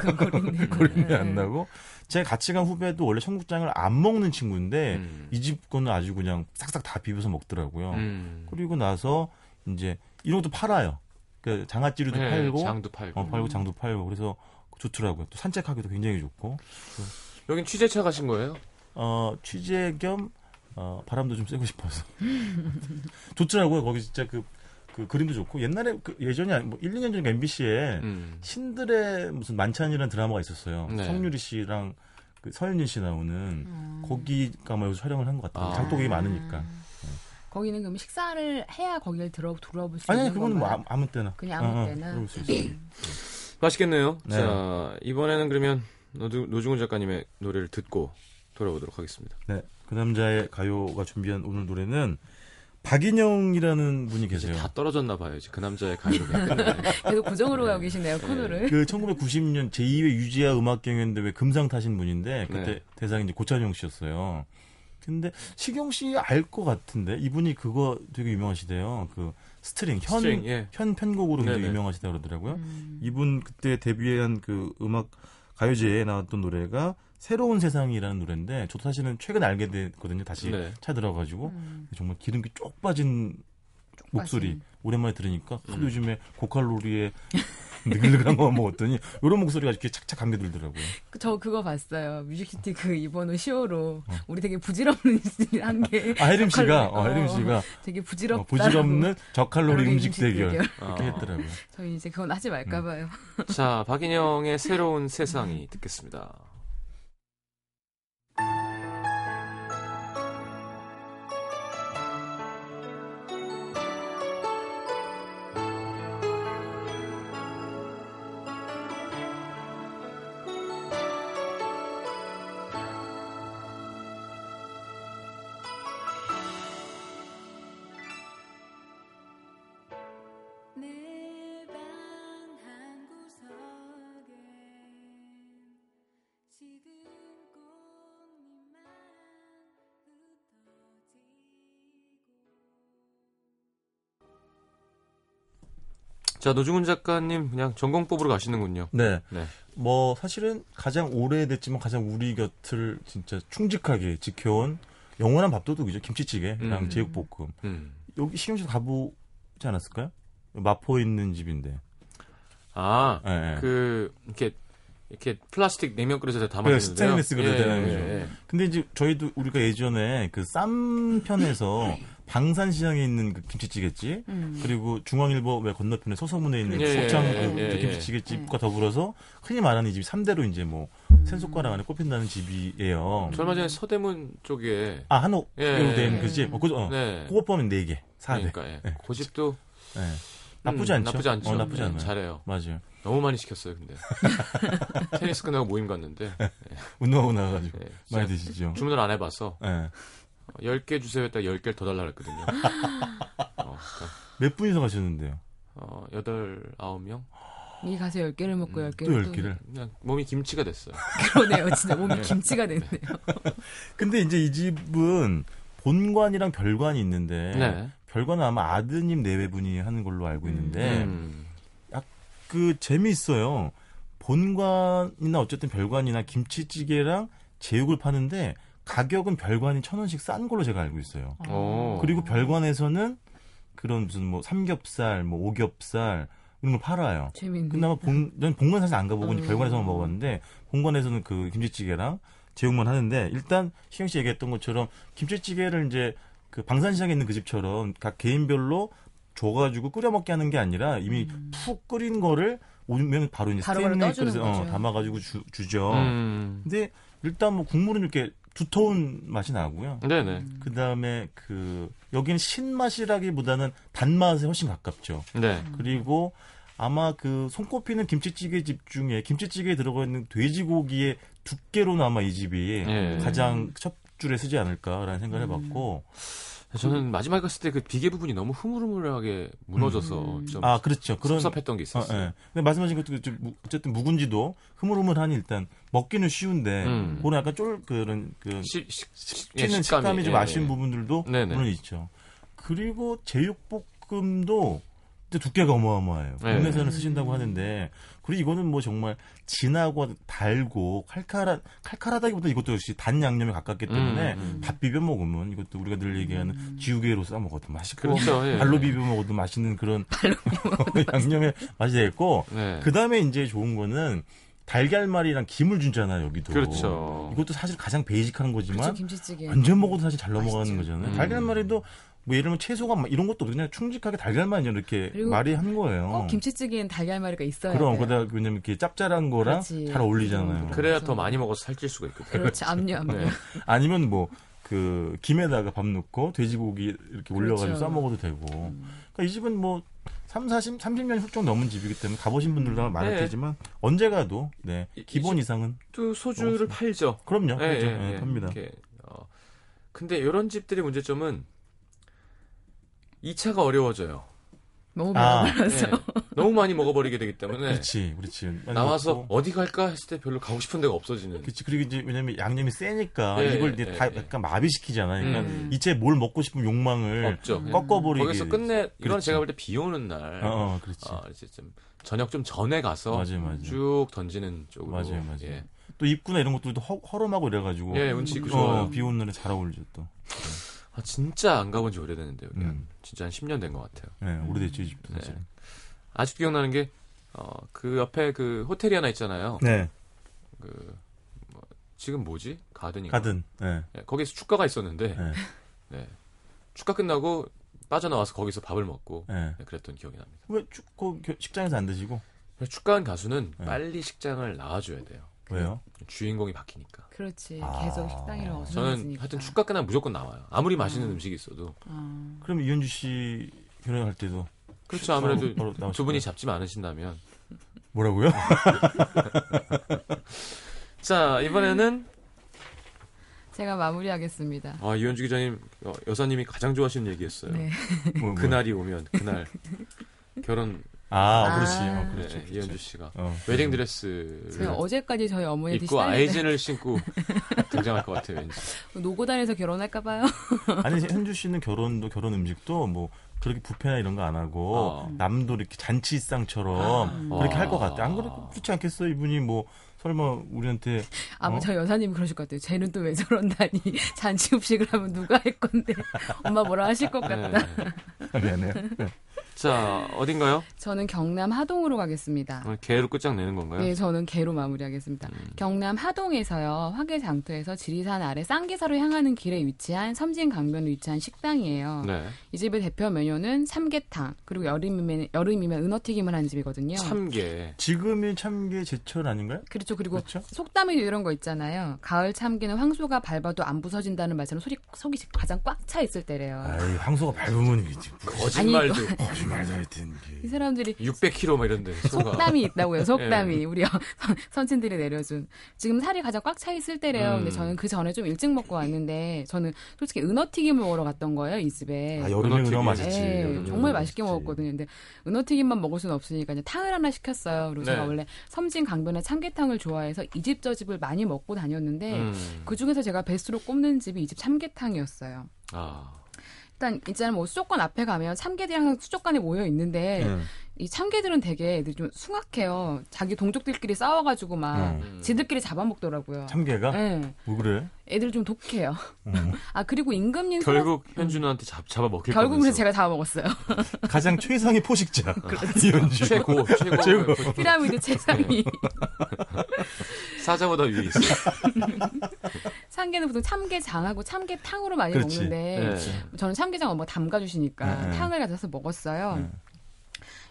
[SPEAKER 4] 그 고린내.
[SPEAKER 3] 거림이 안
[SPEAKER 1] 네.
[SPEAKER 3] 나고 제 같이 간 후배도 원래 청국장을 안 먹는 친구인데
[SPEAKER 1] 음.
[SPEAKER 3] 이 집 거는 아주 그냥 싹싹 다 비벼서 먹더라고요.
[SPEAKER 1] 음.
[SPEAKER 3] 그리고 나서 이제 이런 것도 팔아요. 그 장아찌류도
[SPEAKER 1] 예,
[SPEAKER 3] 팔고
[SPEAKER 1] 장도 팔고.
[SPEAKER 3] 어, 팔고 장도 팔고 그래서 좋더라고요. 또 산책하기도 굉장히 좋고
[SPEAKER 1] 여긴 취재차 가신 거예요?
[SPEAKER 3] 어, 취재 겸 어, 바람도 좀 쐬고 싶어서 좋더라고요. 거기 진짜 그, 그 그림도 좋고 옛날에 그 예전이 아니 뭐 1, 2년 전에 MBC에
[SPEAKER 1] 음.
[SPEAKER 3] 신들의 무슨 만찬이라는 드라마가 있었어요.
[SPEAKER 1] 네.
[SPEAKER 3] 성유리 씨랑 그 서현진 씨 나오는
[SPEAKER 4] 음.
[SPEAKER 3] 거기가 뭐 촬영을 한 것 같아요.
[SPEAKER 1] 아.
[SPEAKER 3] 장독이 많으니까.
[SPEAKER 4] 거기는 그럼 식사를 해야 거기를 들어 돌아볼 수
[SPEAKER 3] 아니, 아니
[SPEAKER 4] 있는
[SPEAKER 3] 그거는 뭐
[SPEAKER 4] 건가요?
[SPEAKER 3] 아무, 아무 때나.
[SPEAKER 4] 그냥 아무
[SPEAKER 3] 어, 어,
[SPEAKER 4] 때나?
[SPEAKER 3] 그럴 수 있어요.
[SPEAKER 1] 맛있겠네요.
[SPEAKER 3] 네.
[SPEAKER 1] 자, 이번에는 그러면 노중, 노중훈 작가님의 노래를 듣고 돌아오도록 하겠습니다.
[SPEAKER 3] 네, 그 남자의 가요가 준비한 오늘 노래는 박인영이라는 분이
[SPEAKER 1] 이제
[SPEAKER 3] 계세요.
[SPEAKER 1] 다 떨어졌나 봐요. 이제 그 남자의 가요가 끝나네.
[SPEAKER 4] 계속 고정으로 가고 계시네요 코너를.
[SPEAKER 3] 그 1990년 제2회 유지아 음악 경연대 회 금상 타신 분인데 그때
[SPEAKER 1] 네.
[SPEAKER 3] 대상이 이제 고찬용 씨였어요. 근데 식용 씨 알 것 같은데 이분이 그거 되게 유명하시대요. 그 스트링 현
[SPEAKER 1] 스트링, 예.
[SPEAKER 3] 현 편곡으로 굉장히
[SPEAKER 1] 네네.
[SPEAKER 3] 유명하시다 그러더라고요.
[SPEAKER 4] 음.
[SPEAKER 3] 이분 그때 데뷔한 그 음악 가요제에 나왔던 노래가 새로운 세상이라는 노래인데 저도 사실은 최근 알게 됐거든요. 다시
[SPEAKER 1] 네.
[SPEAKER 3] 찾아들어가지고
[SPEAKER 4] 음.
[SPEAKER 3] 정말 기름기 쪽 빠진 목소리
[SPEAKER 4] 빠진.
[SPEAKER 3] 오랜만에 들으니까 하도 요즘에 고칼로리에 느글느글한 것만 먹었더니 이런 목소리가 이렇게 착착 감겨들더라고요.
[SPEAKER 4] 그- 저 그거 봤어요. 뮤직시티 그 이번 호 쇼로 우리 되게 부질없는 짓을 한게
[SPEAKER 3] 어. 아 혜림 씨가 어, 혜림 씨가
[SPEAKER 4] 되게
[SPEAKER 3] 어,
[SPEAKER 4] 부질없다.
[SPEAKER 3] 부질없는 저칼로리 음식 대결 이렇게
[SPEAKER 1] 어.
[SPEAKER 3] 했더라고요.
[SPEAKER 4] 저희 이제 그건 하지 말까 봐요.
[SPEAKER 1] 자, 박인영의 새로운 세상이 듣겠습니다.
[SPEAKER 5] 내 방 한구석엔 시든 꽃잎만 흩어지고
[SPEAKER 1] 자, 노중훈 작가님 그냥 전공법으로 가시는군요.
[SPEAKER 3] 네,
[SPEAKER 1] 네.
[SPEAKER 3] 뭐 사실은 가장 오래됐지만 가장 우리 곁을 진짜 충직하게 지켜온 영원한 밥도둑이죠 김치찌개랑
[SPEAKER 1] 음.
[SPEAKER 3] 제육볶음.
[SPEAKER 1] 음.
[SPEAKER 3] 여기 식용 씨 가보지 않았을까요? 마포에 있는 집인데.
[SPEAKER 1] 아,
[SPEAKER 3] 예, 예.
[SPEAKER 1] 그 이렇게 이렇게 플라스틱 냉면 그릇에다 담아
[SPEAKER 3] 그래,
[SPEAKER 1] 주는데요.
[SPEAKER 3] 네,
[SPEAKER 1] 예,
[SPEAKER 3] 스테인리스 그릇에 담는 거죠. 근데 이제 저희도 우리가 예전에 그 쌈편에서 방산시장에 있는 그 김치찌개집
[SPEAKER 4] 음.
[SPEAKER 3] 그리고 중앙일보 왜 건너편에 서서문에 있는
[SPEAKER 1] 예, 예,
[SPEAKER 3] 소창
[SPEAKER 1] 예,
[SPEAKER 3] 그
[SPEAKER 1] 예, 예.
[SPEAKER 3] 김치찌개집과 더불어서 흔히 말하는 이집 3대로 이제 뭐
[SPEAKER 1] 음.
[SPEAKER 3] 센손가락 안에 꼽힌다는 집이에요.
[SPEAKER 1] 얼마 전에 서대문 쪽에
[SPEAKER 3] 아 한옥
[SPEAKER 1] 예,
[SPEAKER 3] 로
[SPEAKER 1] 예.
[SPEAKER 3] 된그 아, 집. 어, 그거 어.
[SPEAKER 1] 네.
[SPEAKER 3] 그거 포함하면 4개, 4대.
[SPEAKER 1] 그러니까 예. 고집도
[SPEAKER 3] 예. 네, 그렇죠. 나쁘지
[SPEAKER 1] 음,
[SPEAKER 3] 않죠.
[SPEAKER 1] 나쁘지 않죠.
[SPEAKER 3] 어, 나쁘지
[SPEAKER 1] 예,
[SPEAKER 3] 않아요.
[SPEAKER 1] 잘해요.
[SPEAKER 3] 맞아요.
[SPEAKER 1] 너무 많이 시켰어요, 근데. 테니스 끝나고 모임 갔는데.
[SPEAKER 3] 운동하고 나가지고
[SPEAKER 1] 예,
[SPEAKER 3] 네. 많이
[SPEAKER 1] 진짜
[SPEAKER 3] 드시죠.
[SPEAKER 1] 주문을 안 해봐서
[SPEAKER 3] 예.
[SPEAKER 1] 10개 주세요 했다 10개를 더 달라 그랬거든요. 어, 그러니까,
[SPEAKER 3] 몇 분이서 가셨는데요?
[SPEAKER 1] 어, 8, 9명?
[SPEAKER 4] 이 가서 열 개를 먹고 열 개를
[SPEAKER 3] 음. 또 열개를
[SPEAKER 1] 그냥 몸이 김치가 됐어요.
[SPEAKER 3] 네.
[SPEAKER 4] 그러네요. 진짜 몸이 김치가 됐네요.
[SPEAKER 3] 근데 이제 이 집은 본관이랑 별관이 있는데
[SPEAKER 1] 네.
[SPEAKER 3] 별관은 아마 아드님 내외분이 하는 걸로 알고 있는데
[SPEAKER 1] 음.
[SPEAKER 3] 그 재미있어요. 본관이나 어쨌든 별관이나 김치찌개랑 제육을 파는데 가격은 별관이 천 원씩 싼 걸로 제가 알고 있어요.
[SPEAKER 1] 오.
[SPEAKER 3] 그리고 별관에서는 그런 무슨 뭐 삼겹살, 뭐 오겹살 이런 걸 팔아요.
[SPEAKER 4] 재밌네.
[SPEAKER 3] 그나마 본, 전 본관 사실 안 가보고 이제
[SPEAKER 4] 음.
[SPEAKER 3] 별관에서만 먹어봤는데 본관에서는 그 김치찌개랑 제육만 하는데 일단 시영 씨 얘기했던 것처럼 김치찌개를 이제 그 방산시장에 있는 그 집처럼 각 개인별로 줘가지고 끓여 먹게 하는 게 아니라 이미 푹 끓인 거를 오면 바로 이제
[SPEAKER 4] 음. 바로바로
[SPEAKER 3] 스테인레이
[SPEAKER 4] 떠주는
[SPEAKER 3] 끓여서 어,
[SPEAKER 4] 거죠.
[SPEAKER 3] 담아가지고 주, 주죠.
[SPEAKER 1] 음.
[SPEAKER 3] 근데 일단 뭐 국물은 이렇게 두터운 맛이 나고요.
[SPEAKER 1] 네네.
[SPEAKER 3] 그 다음에 그 여기는 신맛이라기보다는 단맛에 훨씬 가깝죠.
[SPEAKER 1] 네.
[SPEAKER 3] 음. 그리고 아마 그 손꼽히는 김치찌개 집 중에 김치찌개에 들어가 있는 돼지고기의 두께로는 아마 이 집이
[SPEAKER 1] 예. 음.
[SPEAKER 3] 가장 첫 줄에 쓰지 않을까라는 생각을 해봤고
[SPEAKER 1] 저는 마지막에 갔을 때 그 비계 부분이 너무 흐물흐물하게 무너져서
[SPEAKER 4] 음.
[SPEAKER 1] 좀
[SPEAKER 3] 아 그렇죠 그런
[SPEAKER 1] 섭섭했던 게
[SPEAKER 3] 어,
[SPEAKER 1] 있었어요.
[SPEAKER 3] 예. 근데 말씀하신 것도 좀 무- 어쨌든 묵은지도 흐물흐물하니 일단 먹기는 쉬운데
[SPEAKER 1] 음.
[SPEAKER 3] 그런 약간 쫄 그런 그
[SPEAKER 1] 시- 시- 시- 예,
[SPEAKER 3] 튀는 식감이 좀
[SPEAKER 1] 예,
[SPEAKER 3] 아쉬운
[SPEAKER 1] 예.
[SPEAKER 3] 부분들도
[SPEAKER 1] 네네.
[SPEAKER 3] 물론 있죠. 그리고 제육볶음도 근데 두께가 어마어마해요.
[SPEAKER 1] 네.
[SPEAKER 3] 국내에서는 쓰신다고 하는데 그리고 이거는 뭐 정말 진하고 달고 칼칼한 칼칼하다기보다 이것도 역시 단 양념에 가깝기 때문에
[SPEAKER 1] 음,
[SPEAKER 4] 음.
[SPEAKER 3] 밥 비벼 먹으면 이것도 우리가 늘 얘기하는 지우개로 싸 먹어도 맛있고
[SPEAKER 1] 그렇죠. 예.
[SPEAKER 3] 발로 비벼 먹어도 맛있는 그런 양념의 맛이 되겠고
[SPEAKER 1] 네.
[SPEAKER 3] 그 다음에 이제 좋은 거는 달걀말이랑 김을 주잖아 여기도.
[SPEAKER 1] 그렇죠.
[SPEAKER 3] 이것도 사실 가장 베이직한 거지만
[SPEAKER 4] 그렇죠 김치찌개.
[SPEAKER 3] 완전 먹어도 사실 잘 넘어가는
[SPEAKER 4] 맛있죠.
[SPEAKER 3] 거잖아요.
[SPEAKER 1] 음.
[SPEAKER 3] 달걀말이도 뭐 예를 들면 채소가 막 이런 것도 없고 그냥 충직하게 달걀만 그냥 이렇게
[SPEAKER 4] 그리고
[SPEAKER 3] 말이 한 거예요.
[SPEAKER 4] 꼭 김치찌개엔 달걀말이가 있어야
[SPEAKER 3] 그럼
[SPEAKER 4] 돼요.
[SPEAKER 3] 그다 왜냐면 이렇게 짭짤한 거랑
[SPEAKER 4] 그렇지. 음.
[SPEAKER 3] 잘 어울리잖아요.
[SPEAKER 4] 그럼.
[SPEAKER 1] 그래야 더 많이 먹어서 살찔 수가 있거든요.
[SPEAKER 4] 그렇지 압류 압류.
[SPEAKER 1] 네.
[SPEAKER 3] 아니면 뭐 그 김에다가 밥 넣고 돼지고기 이렇게 올려가지고
[SPEAKER 4] 그렇죠.
[SPEAKER 3] 싸 먹어도 되고. 그러니까 이 집은 뭐 3, 40, 30년 훌쩍 넘은 집이기 때문에
[SPEAKER 4] 음.
[SPEAKER 3] 가보신 분들도 아마 많을
[SPEAKER 1] 네.
[SPEAKER 3] 테지만 언제 가도 네
[SPEAKER 1] 이- 이
[SPEAKER 3] 기본 이상은
[SPEAKER 1] 또 소주를
[SPEAKER 3] 먹었어요.
[SPEAKER 1] 팔죠.
[SPEAKER 3] 그럼요.
[SPEAKER 1] 예,
[SPEAKER 3] 그렇죠.
[SPEAKER 1] 예,
[SPEAKER 3] 예,
[SPEAKER 1] 예.
[SPEAKER 3] 팝니다.
[SPEAKER 1] 이렇게, 어. 근데 이런 집들의 문제점은 2차가 어려워져요.
[SPEAKER 4] 너무
[SPEAKER 3] 아,
[SPEAKER 4] 많아.
[SPEAKER 1] 예. 너무 많이 먹어버리게 되기 때문에
[SPEAKER 3] 그렇지, 그렇지. 뭐 많이
[SPEAKER 1] 네. 나와서
[SPEAKER 3] 먹고.
[SPEAKER 1] 어디 갈까 했을 때 별로 가고 싶은 데가 없어지는.
[SPEAKER 3] 그치 그리고 이제 왜냐면 양념이 세니까
[SPEAKER 1] 예,
[SPEAKER 3] 이걸 이제
[SPEAKER 1] 예,
[SPEAKER 3] 다
[SPEAKER 1] 예.
[SPEAKER 3] 약간 마비시키잖아요. 그러니까
[SPEAKER 1] 음.
[SPEAKER 3] 이제 뭘 먹고 싶은 욕망을
[SPEAKER 1] 없죠. 그냥
[SPEAKER 3] 꺾어버리기.
[SPEAKER 1] 거기서 끝내. 이건
[SPEAKER 3] 그렇지.
[SPEAKER 1] 제가 볼 때 비 오는 날.
[SPEAKER 3] 어, 어, 그렇지.
[SPEAKER 1] 어, 이제 좀 저녁 좀 전에 가서
[SPEAKER 3] 맞아요, 맞아요.
[SPEAKER 1] 쭉 던지는 쪽으로.
[SPEAKER 3] 맞아요, 맞아요.
[SPEAKER 1] 예,
[SPEAKER 3] 또 입구나 이런 것도 또 허, 허름하고 이래가지고
[SPEAKER 1] 예, 운치 있고
[SPEAKER 3] 어,
[SPEAKER 1] 좋아요.
[SPEAKER 3] 비 오는 날에 잘 어울리죠 또.
[SPEAKER 1] 아, 진짜 안 가본 지 오래됐는데 여기 한-
[SPEAKER 3] 음.
[SPEAKER 1] 진짜 한 10년 된 것 같아요.
[SPEAKER 3] 네, 오래됐죠 이 집도 사실.
[SPEAKER 1] 아직도 기억나는 게. 어, 그 옆에 그 호텔이 하나 있잖아요.
[SPEAKER 3] 네,
[SPEAKER 1] 그 뭐, 지금 뭐지? 가든인가?
[SPEAKER 3] 가든. 네.
[SPEAKER 1] 예, 거기서 축가가 있었는데
[SPEAKER 3] 네.
[SPEAKER 1] 네. 축가 끝나고 빠져나와서 거기서 밥을 먹고
[SPEAKER 3] 네.
[SPEAKER 1] 네, 그랬던 기억이 납니다.
[SPEAKER 3] 왜 축구 겨- 식장에서 안 드시고
[SPEAKER 1] 축가한 가수는
[SPEAKER 3] 네.
[SPEAKER 1] 빨리 식장을 나와줘야 돼요.
[SPEAKER 3] 왜요?
[SPEAKER 1] 주인공이 바뀌니까.
[SPEAKER 4] 그렇지
[SPEAKER 3] 아.
[SPEAKER 4] 계속 식당이랑 어수
[SPEAKER 1] 저는 하여튼 축가 끝나면 무조건 나와요. 아무리 맛있는 음식이 있어도.
[SPEAKER 4] 아.
[SPEAKER 1] 네.
[SPEAKER 3] 그럼 이현주 씨 결혼할 때도
[SPEAKER 1] 그렇죠. 아무래도
[SPEAKER 3] 바로 나오실
[SPEAKER 1] 두 분이
[SPEAKER 3] 거예요?
[SPEAKER 1] 잡지 않으신다면.
[SPEAKER 3] 뭐라고요?
[SPEAKER 1] 자, 이번에는
[SPEAKER 4] 제가 마무리하겠습니다.
[SPEAKER 1] 아, 이현주 기자님, 어, 여사님이 가장 좋아하시는 얘기였어요.
[SPEAKER 4] 네.
[SPEAKER 3] 뭐, 뭐요?
[SPEAKER 1] 그날이 오면, 그날. 결혼,
[SPEAKER 3] 아,
[SPEAKER 4] 아.
[SPEAKER 3] 그렇지. 어,
[SPEAKER 1] 네,
[SPEAKER 3] 그렇죠. 그렇죠.
[SPEAKER 1] 이현주 씨가.
[SPEAKER 3] 어.
[SPEAKER 1] 웨딩드레스를
[SPEAKER 4] 제가 어제까지 저희 어머니한테
[SPEAKER 1] 입고
[SPEAKER 4] 시달리는
[SPEAKER 1] 네. 아이진을 신고 등장할 것 같아요, 왠지.
[SPEAKER 4] 노고단에서 결혼할까 봐요.
[SPEAKER 3] 아니 현주 씨는 결혼도 결혼 음식도 뭐 그렇게 부패나 이런 거 안 하고
[SPEAKER 1] 어.
[SPEAKER 3] 남도 이렇게 잔치상처럼 그렇게 할 것 같아. 안 그래- 그렇지 않겠어? 이분이 뭐 설마 우리한테
[SPEAKER 4] 아마
[SPEAKER 3] 어?
[SPEAKER 4] 저희 여사님 그러실 것 같아요. 쟤는 또 왜 저런다니 잔치 음식을 하면 누가 할 건데 엄마 뭐라 하실 것 같다.
[SPEAKER 1] 네.
[SPEAKER 3] 미안해요. 네.
[SPEAKER 1] 자, 어딘가요?
[SPEAKER 4] 저는 경남 하동으로 가겠습니다.
[SPEAKER 1] 오늘 개로 끝장내는 건가요?
[SPEAKER 4] 네, 저는 개로 마무리하겠습니다.
[SPEAKER 1] 음.
[SPEAKER 4] 경남 하동에서요, 화계장터에서 지리산 아래 쌍계사로 향하는 길에 위치한 섬진강변에 위치한 식당이에요.
[SPEAKER 1] 네.
[SPEAKER 4] 이 집의 대표 메뉴는 삼계탕, 그리고 여름이면, 여름이면 은어튀김을 하는 집이거든요.
[SPEAKER 1] 참게.
[SPEAKER 3] 지금이 참게 제철 아닌가요?
[SPEAKER 4] 그렇죠. 그리고
[SPEAKER 3] 그렇죠.
[SPEAKER 4] 속담에도 이런 거 있잖아요. 가을 참기는 황소가 밟아도 안 부서진다는
[SPEAKER 1] 아,
[SPEAKER 4] 말처럼 소리, 속이 가장 꽉 차 있을 때래요.
[SPEAKER 3] 아이 황소가 밟으면 이지.
[SPEAKER 1] 거짓말도.
[SPEAKER 4] 아니,
[SPEAKER 3] 말도 되는 게.
[SPEAKER 4] 이 사람들이
[SPEAKER 1] 600kg 막 이런데 소가.
[SPEAKER 4] 속담이 있다고요. 속담이
[SPEAKER 1] 예.
[SPEAKER 4] 우리 선- 선친들이 내려준 지금 살이 가장 꽉 차 있을 때래요.
[SPEAKER 1] 음.
[SPEAKER 4] 근데 저는 그 전에 좀 일찍 먹고 왔는데 저는 솔직히 은어튀김 먹으러 갔던 거예요 이 집에.
[SPEAKER 3] 아, 여름에
[SPEAKER 1] 문어튀김.
[SPEAKER 3] 그냥 맛있지.
[SPEAKER 4] 예,
[SPEAKER 1] 여름에
[SPEAKER 4] 정말 맛있게 먹었거든요. 근데 은어튀김만 먹을 수는 없으니까 이제 탕을 하나 시켰어요. 그리고
[SPEAKER 1] 네.
[SPEAKER 4] 제가 원래 섬진 강변의 참깨탕을 좋아해서 이 집 저 집을 많이 먹고 다녔는데
[SPEAKER 1] 음.
[SPEAKER 4] 그 중에서 제가 베스트로 꼽는 집이 이 집 참깨탕이었어요.
[SPEAKER 1] 아.
[SPEAKER 4] 일단 이제는 뭐 수족관 앞에 가면 참깨들이 항상 수족관에 모여 있는데
[SPEAKER 3] 네. 예.
[SPEAKER 4] 이 참개들은 되게 애들이 좀 숭악해요. 자기 동족들끼리 싸워가지고 막
[SPEAKER 3] 음.
[SPEAKER 1] 음.
[SPEAKER 4] 지들끼리 잡아먹더라고요.
[SPEAKER 3] 참개가?
[SPEAKER 4] 예.
[SPEAKER 3] 왜 그래?
[SPEAKER 4] 애들 좀 독해요.
[SPEAKER 3] 음.
[SPEAKER 4] 아 그리고 임금님
[SPEAKER 1] 결국 현준우한테 잡 잡아 먹힐
[SPEAKER 4] 음. 결국
[SPEAKER 1] 거면서.
[SPEAKER 4] 그래서 제가 다 먹었어요.
[SPEAKER 3] 가장 최상의 포식자.
[SPEAKER 4] 그렇죠.
[SPEAKER 3] 이현주.
[SPEAKER 1] 최고 최고
[SPEAKER 3] 최고.
[SPEAKER 4] 피라미드 제사미.
[SPEAKER 1] 사자보다 위에 있어.
[SPEAKER 4] 참개는 보통 참게장하고 참게탕으로 많이
[SPEAKER 3] 그렇지.
[SPEAKER 4] 먹는데
[SPEAKER 1] 네.
[SPEAKER 4] 저는 참게장 엄마가 담가주시니까
[SPEAKER 3] 네, 네.
[SPEAKER 4] 탕을 가져서 먹었어요.
[SPEAKER 3] 네.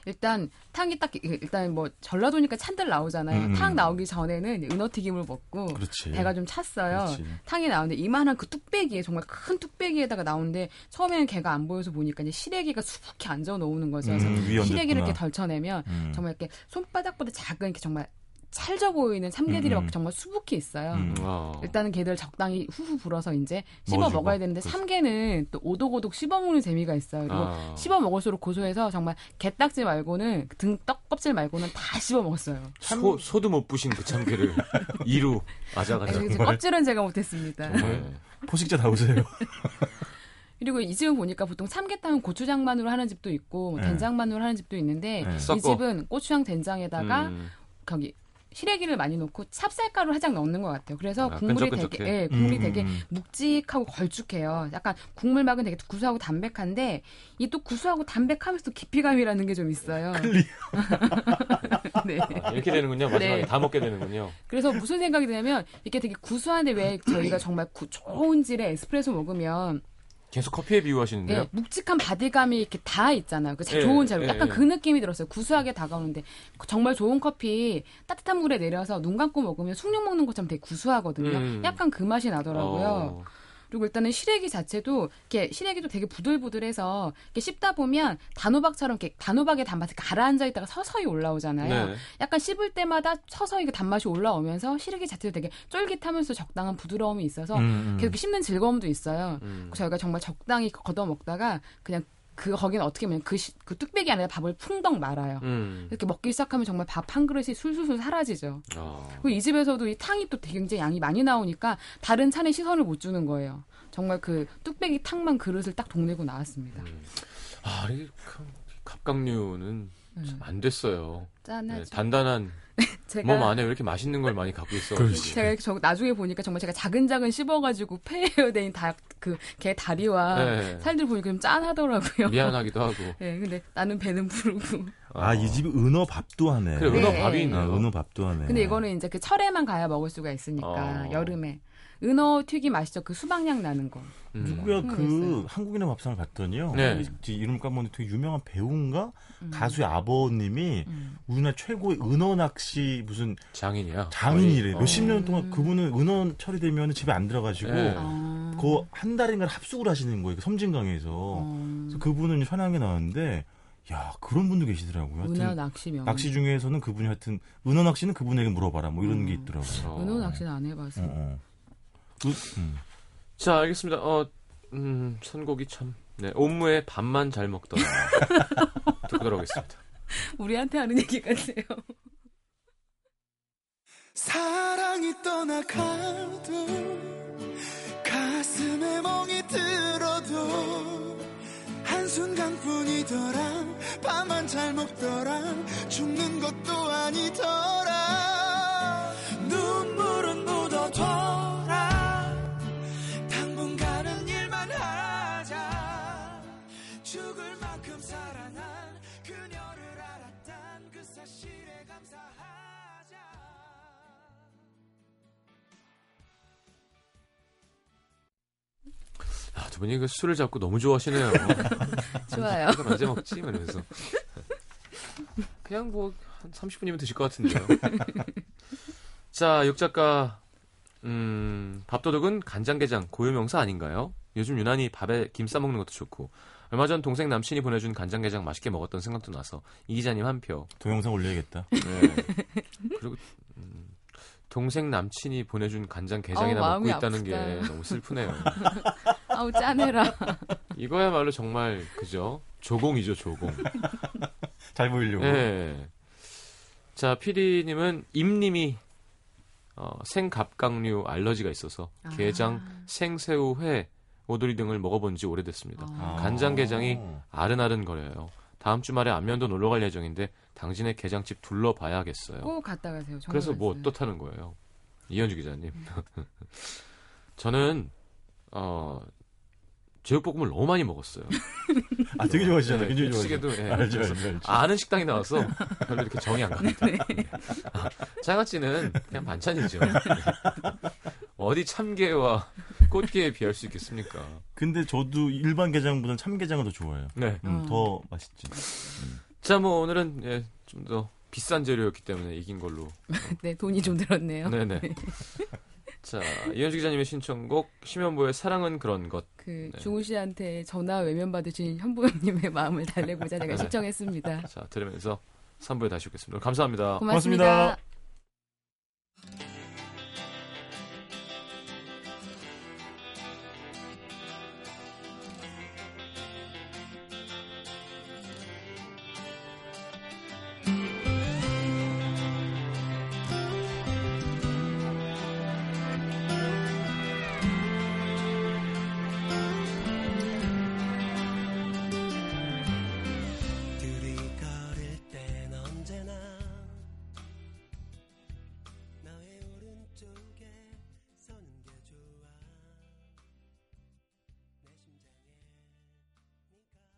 [SPEAKER 4] 일단 탕이 딱 일단 뭐 전라도니까 찬들 나오잖아요.
[SPEAKER 3] 음.
[SPEAKER 4] 탕 나오기 전에는 은어튀김을 먹고
[SPEAKER 3] 그렇지.
[SPEAKER 4] 배가 좀 찼어요.
[SPEAKER 3] 그렇지.
[SPEAKER 4] 탕이 나오는데 이만한 그 뚝배기에 정말 큰 뚝배기에다가 나오는데 처음에는 걔가 안 보여서 보니까 이제 시래기가 수북히 앉아 놓는 거죠. 그래서
[SPEAKER 3] 음, 위에
[SPEAKER 4] 시래기를
[SPEAKER 3] 얹었구나.
[SPEAKER 4] 이렇게 덜쳐내면
[SPEAKER 3] 음.
[SPEAKER 4] 정말 이렇게 손바닥보다 작은 이렇게 정말 찰져 보이는 참개들이
[SPEAKER 3] 음, 음.
[SPEAKER 4] 막 정말 수북히 있어요.
[SPEAKER 3] 음.
[SPEAKER 1] 어.
[SPEAKER 4] 일단은 걔들 적당히 후후 불어서 이제 씹어
[SPEAKER 3] 먹어주고.
[SPEAKER 4] 먹어야 되는데
[SPEAKER 3] 그렇죠.
[SPEAKER 4] 참개는 또 오독오독 씹어 먹는 재미가 있어요. 그리고
[SPEAKER 1] 아.
[SPEAKER 4] 씹어 먹을수록 고소해서 정말 게딱지 말고는 그 등 떡껍질 말고는 다 씹어 먹었어요.
[SPEAKER 3] 아,
[SPEAKER 1] 소 소도 못 부신 그 참깨를 이루 아자가자.
[SPEAKER 4] 그래서 껍질은 제가 못했습니다.
[SPEAKER 1] 네.
[SPEAKER 3] 포식자 나오세요.
[SPEAKER 4] 그리고 이 집은 보니까 보통 참깨탕은 고추장만으로 하는 집도 있고 뭐
[SPEAKER 3] 네.
[SPEAKER 4] 된장만으로 하는 집도 있는데
[SPEAKER 3] 네.
[SPEAKER 4] 이
[SPEAKER 1] 섞어.
[SPEAKER 4] 집은 고추장 된장에다가
[SPEAKER 1] 음.
[SPEAKER 4] 거기 시래기를 많이 넣고 찹쌀가루 살짝 넣는 것 같아요. 그래서
[SPEAKER 1] 아,
[SPEAKER 4] 국물이
[SPEAKER 1] 끈적끈적해.
[SPEAKER 4] 되게 예, 국물이
[SPEAKER 3] 음,
[SPEAKER 4] 되게
[SPEAKER 3] 음.
[SPEAKER 4] 묵직하고 걸쭉해요. 약간 국물 막은 되게 구수하고 담백한데 이 또 구수하고 담백하면서도 깊이감이라는 게 좀 있어요. 네.
[SPEAKER 1] 아, 이렇게 되는군요. 마지막에
[SPEAKER 4] 네.
[SPEAKER 1] 다 먹게 되는군요.
[SPEAKER 4] 그래서 무슨 생각이 드냐면 이게 되게 구수한데 왜 저희가 정말 구, 좋은 질의 에스프레소 먹으면
[SPEAKER 1] 계속 커피에 비유하시는데요.
[SPEAKER 4] 예, 묵직한 바디감이 이렇게 다 있잖아요. 그
[SPEAKER 1] 예,
[SPEAKER 4] 좋은 재료.
[SPEAKER 1] 예,
[SPEAKER 4] 약간
[SPEAKER 1] 예.
[SPEAKER 4] 그 느낌이 들었어요. 구수하게 다가오는데 그 정말 좋은 커피 따뜻한 물에 내려서 눈 감고 먹으면 숭늉 먹는 것처럼 되게 구수하거든요.
[SPEAKER 1] 음.
[SPEAKER 4] 약간 그 맛이 나더라고요.
[SPEAKER 1] 어.
[SPEAKER 4] 그리고 일단은 시래기 자체도 이렇게 시래기도 되게 부들부들해서 이렇게 씹다 보면 단호박처럼 이렇게 단호박의 단맛이 가라앉아 있다가 서서히 올라오잖아요.
[SPEAKER 1] 네.
[SPEAKER 4] 약간 씹을 때마다 서서히 그 단맛이 올라오면서 시래기 자체도 되게 쫄깃하면서 적당한 부드러움이 있어서
[SPEAKER 3] 음, 음.
[SPEAKER 4] 계속 씹는 즐거움도 있어요.
[SPEAKER 1] 음.
[SPEAKER 4] 저희가 정말 적당히 걷어 먹다가 그냥 그 거기는 어떻게 보면 그, 시- 그 뚝배기 안에 밥을 풍덩 말아요.
[SPEAKER 1] 음.
[SPEAKER 4] 이렇게 먹기 시작하면 정말 밥 한 그릇이 술술술 사라지죠.
[SPEAKER 1] 어.
[SPEAKER 4] 그리고 이 집에서도 이 탕이 또 되게 굉장히 양이 많이 나오니까 다른 찬에 시선을 못 주는 거예요. 정말 그 뚝배기 탕만 그릇을 딱 동내고 나왔습니다.
[SPEAKER 1] 아, 이 감- 갑각류는
[SPEAKER 4] 음.
[SPEAKER 3] 그렇죠.
[SPEAKER 1] 참 안 됐어요. 네,
[SPEAKER 4] 짠하죠.
[SPEAKER 1] 단단한
[SPEAKER 4] 제가
[SPEAKER 3] 뭐
[SPEAKER 1] 몸 안에 왜 이렇게 맛있는 걸 많이 갖고 있어.
[SPEAKER 3] 그렇지.
[SPEAKER 4] 제가 이렇게 저 나중에 보니까 정말 제가 자근자근 씹어가지고 폐에어된 다그개 다리와
[SPEAKER 1] 네.
[SPEAKER 4] 살들 보니까 좀 짠하더라고요.
[SPEAKER 1] 미안하기도 하고.
[SPEAKER 4] 네, 근데 나는 배는 부르고.
[SPEAKER 3] 아, 이 집이 은어 밥도 하네.
[SPEAKER 1] 그래, 은어
[SPEAKER 4] 네.
[SPEAKER 1] 밥이 있네요.
[SPEAKER 3] 아, 은어 밥도 하네.
[SPEAKER 4] 근데 이거는 이제 그 철에만 가야 먹을 수가 있으니까
[SPEAKER 1] 어.
[SPEAKER 4] 여름에 은어 튀김 아시죠? 그 수박향 나는 거.
[SPEAKER 1] 음.
[SPEAKER 3] 누구야 그
[SPEAKER 4] 그랬어요.
[SPEAKER 3] 한국인의 밥상을 봤더니요.
[SPEAKER 1] 네.
[SPEAKER 3] 이- 이 이름 까먹는 되게 유명한 배우인가
[SPEAKER 4] 음.
[SPEAKER 3] 가수의 아버님이 우리나라 최고의 은어 낚시 무슨
[SPEAKER 1] 장인이야.
[SPEAKER 3] 장인이래.
[SPEAKER 1] 거의.
[SPEAKER 3] 몇십 년
[SPEAKER 4] 음.
[SPEAKER 3] 동안 그분은 은어 처리되면 집에 안 들어가시고
[SPEAKER 1] 네.
[SPEAKER 4] 아.
[SPEAKER 3] 그 한 달인가 합숙을 하시는 거예요. 그 섬진강에서.
[SPEAKER 4] 어.
[SPEAKER 3] 그래서 그분은 현황에 나왔는데 야 그런 분도 계시더라고요. 하여튼
[SPEAKER 4] 은어 낚시
[SPEAKER 1] 음.
[SPEAKER 4] 명.
[SPEAKER 3] 낚시 중에서는 그분이 하여튼 은어 낚시는 그분에게 물어봐라 뭐 이런 게 있더라고요.
[SPEAKER 1] 어.
[SPEAKER 4] 은어 낚시는 안 해봤어.
[SPEAKER 3] 어, 어. 그, 음.
[SPEAKER 1] 자, 알겠습니다. 어, 음, 선곡이 참. 네, 옴무의 밥만 잘 먹더라. 듣고 돌아오겠습니다.
[SPEAKER 4] 우리한테 하는 얘기 같아요.
[SPEAKER 2] 사랑이 떠나가도 가슴에 멍이 들어도 한순간뿐이더라 밥만 잘 먹더라 죽는 것도 아니더라 눈물은 묻어둬라 당분간은 일만 하자 죽을 만큼 사랑한 그녀를 알았단 그 사실에 감사하자
[SPEAKER 1] 아, 두 분이 그 술을 잡고 너무 좋아하시네요.
[SPEAKER 4] 좋아요.
[SPEAKER 1] 이거 언제 먹지? 이러면서. 그냥 뭐, 한 30분이면 드실 것 같은데요. 자, 역작가, 음, 밥도둑은 간장게장 고유명사 아닌가요? 요즘 유난히 밥에 김 싸먹는 것도 좋고, 얼마 전 동생 남친이 보내준 간장게장 맛있게 먹었던 생각도 나서 이 기자님 한 표.
[SPEAKER 3] 동영상 올려야겠다.
[SPEAKER 4] 네.
[SPEAKER 1] 그리고 음, 동생 남친이 보내준 간장게장이나
[SPEAKER 4] 아우,
[SPEAKER 1] 먹고
[SPEAKER 4] 마음이
[SPEAKER 1] 있다는 게
[SPEAKER 4] 아프다.
[SPEAKER 1] 너무 슬프네요.
[SPEAKER 4] 아우 짜내라.
[SPEAKER 1] 이거야말로 정말 그죠? 조공이죠, 조공.
[SPEAKER 3] 잘 보이려고.
[SPEAKER 1] 예. 자, 피디님은 임님이 어, 생갑각류 알러지가 있어서
[SPEAKER 4] 아.
[SPEAKER 1] 게장, 생새우, 회, 오돌이 등을 먹어본 지
[SPEAKER 4] 아.
[SPEAKER 1] 오래됐습니다.
[SPEAKER 3] 아.
[SPEAKER 1] 아. 간장게장이 아른아른 거려요. 다음 주말에 안면도 놀러 갈 예정인데 당신의 게장집 둘러봐야겠어요.
[SPEAKER 4] 꼭 갔다 가세요. 정말
[SPEAKER 1] 그래서 뭐
[SPEAKER 4] 갔어요.
[SPEAKER 1] 어떻다는 거예요? 이현주 기자님. 저는 어 제육볶음을 너무 많이 먹었어요.
[SPEAKER 3] 아 되게 좋아하시잖아요.
[SPEAKER 1] 예,
[SPEAKER 3] 굉장히 좋아하시죠.
[SPEAKER 1] 시계도 예,
[SPEAKER 3] 알죠,
[SPEAKER 1] 그래서
[SPEAKER 3] 알죠, 알죠.
[SPEAKER 1] 아는 식당에 나와서 별로 이렇게 정이 안 갑니다. 아, 장아찌는 그냥 반찬이죠. 네. 어디 참게와 꽃게에 비할 수 있겠습니까?
[SPEAKER 3] 근데 저도 일반 게장보다는 참게장을 더 좋아해요.
[SPEAKER 1] 네.
[SPEAKER 3] 음,
[SPEAKER 4] 어.
[SPEAKER 3] 더 맛있지.
[SPEAKER 1] 자, 뭐 오늘은 예, 좀 더 비싼 재료였기 때문에 이긴 걸로.
[SPEAKER 4] 네 돈이 좀 들었네요.
[SPEAKER 1] 네네. 자, 이현주 기자님의 신청곡 심현보의 사랑은 그런 것.
[SPEAKER 4] 그
[SPEAKER 1] 네.
[SPEAKER 4] 중우 씨한테 전화 외면 받으신 현보님의 마음을 달래고자 제가
[SPEAKER 1] 네.
[SPEAKER 4] 신청했습니다.
[SPEAKER 1] 자, 들으면서 3부에 다시 오겠습니다. 감사합니다.
[SPEAKER 4] 고맙습니다.
[SPEAKER 3] 고맙습니다.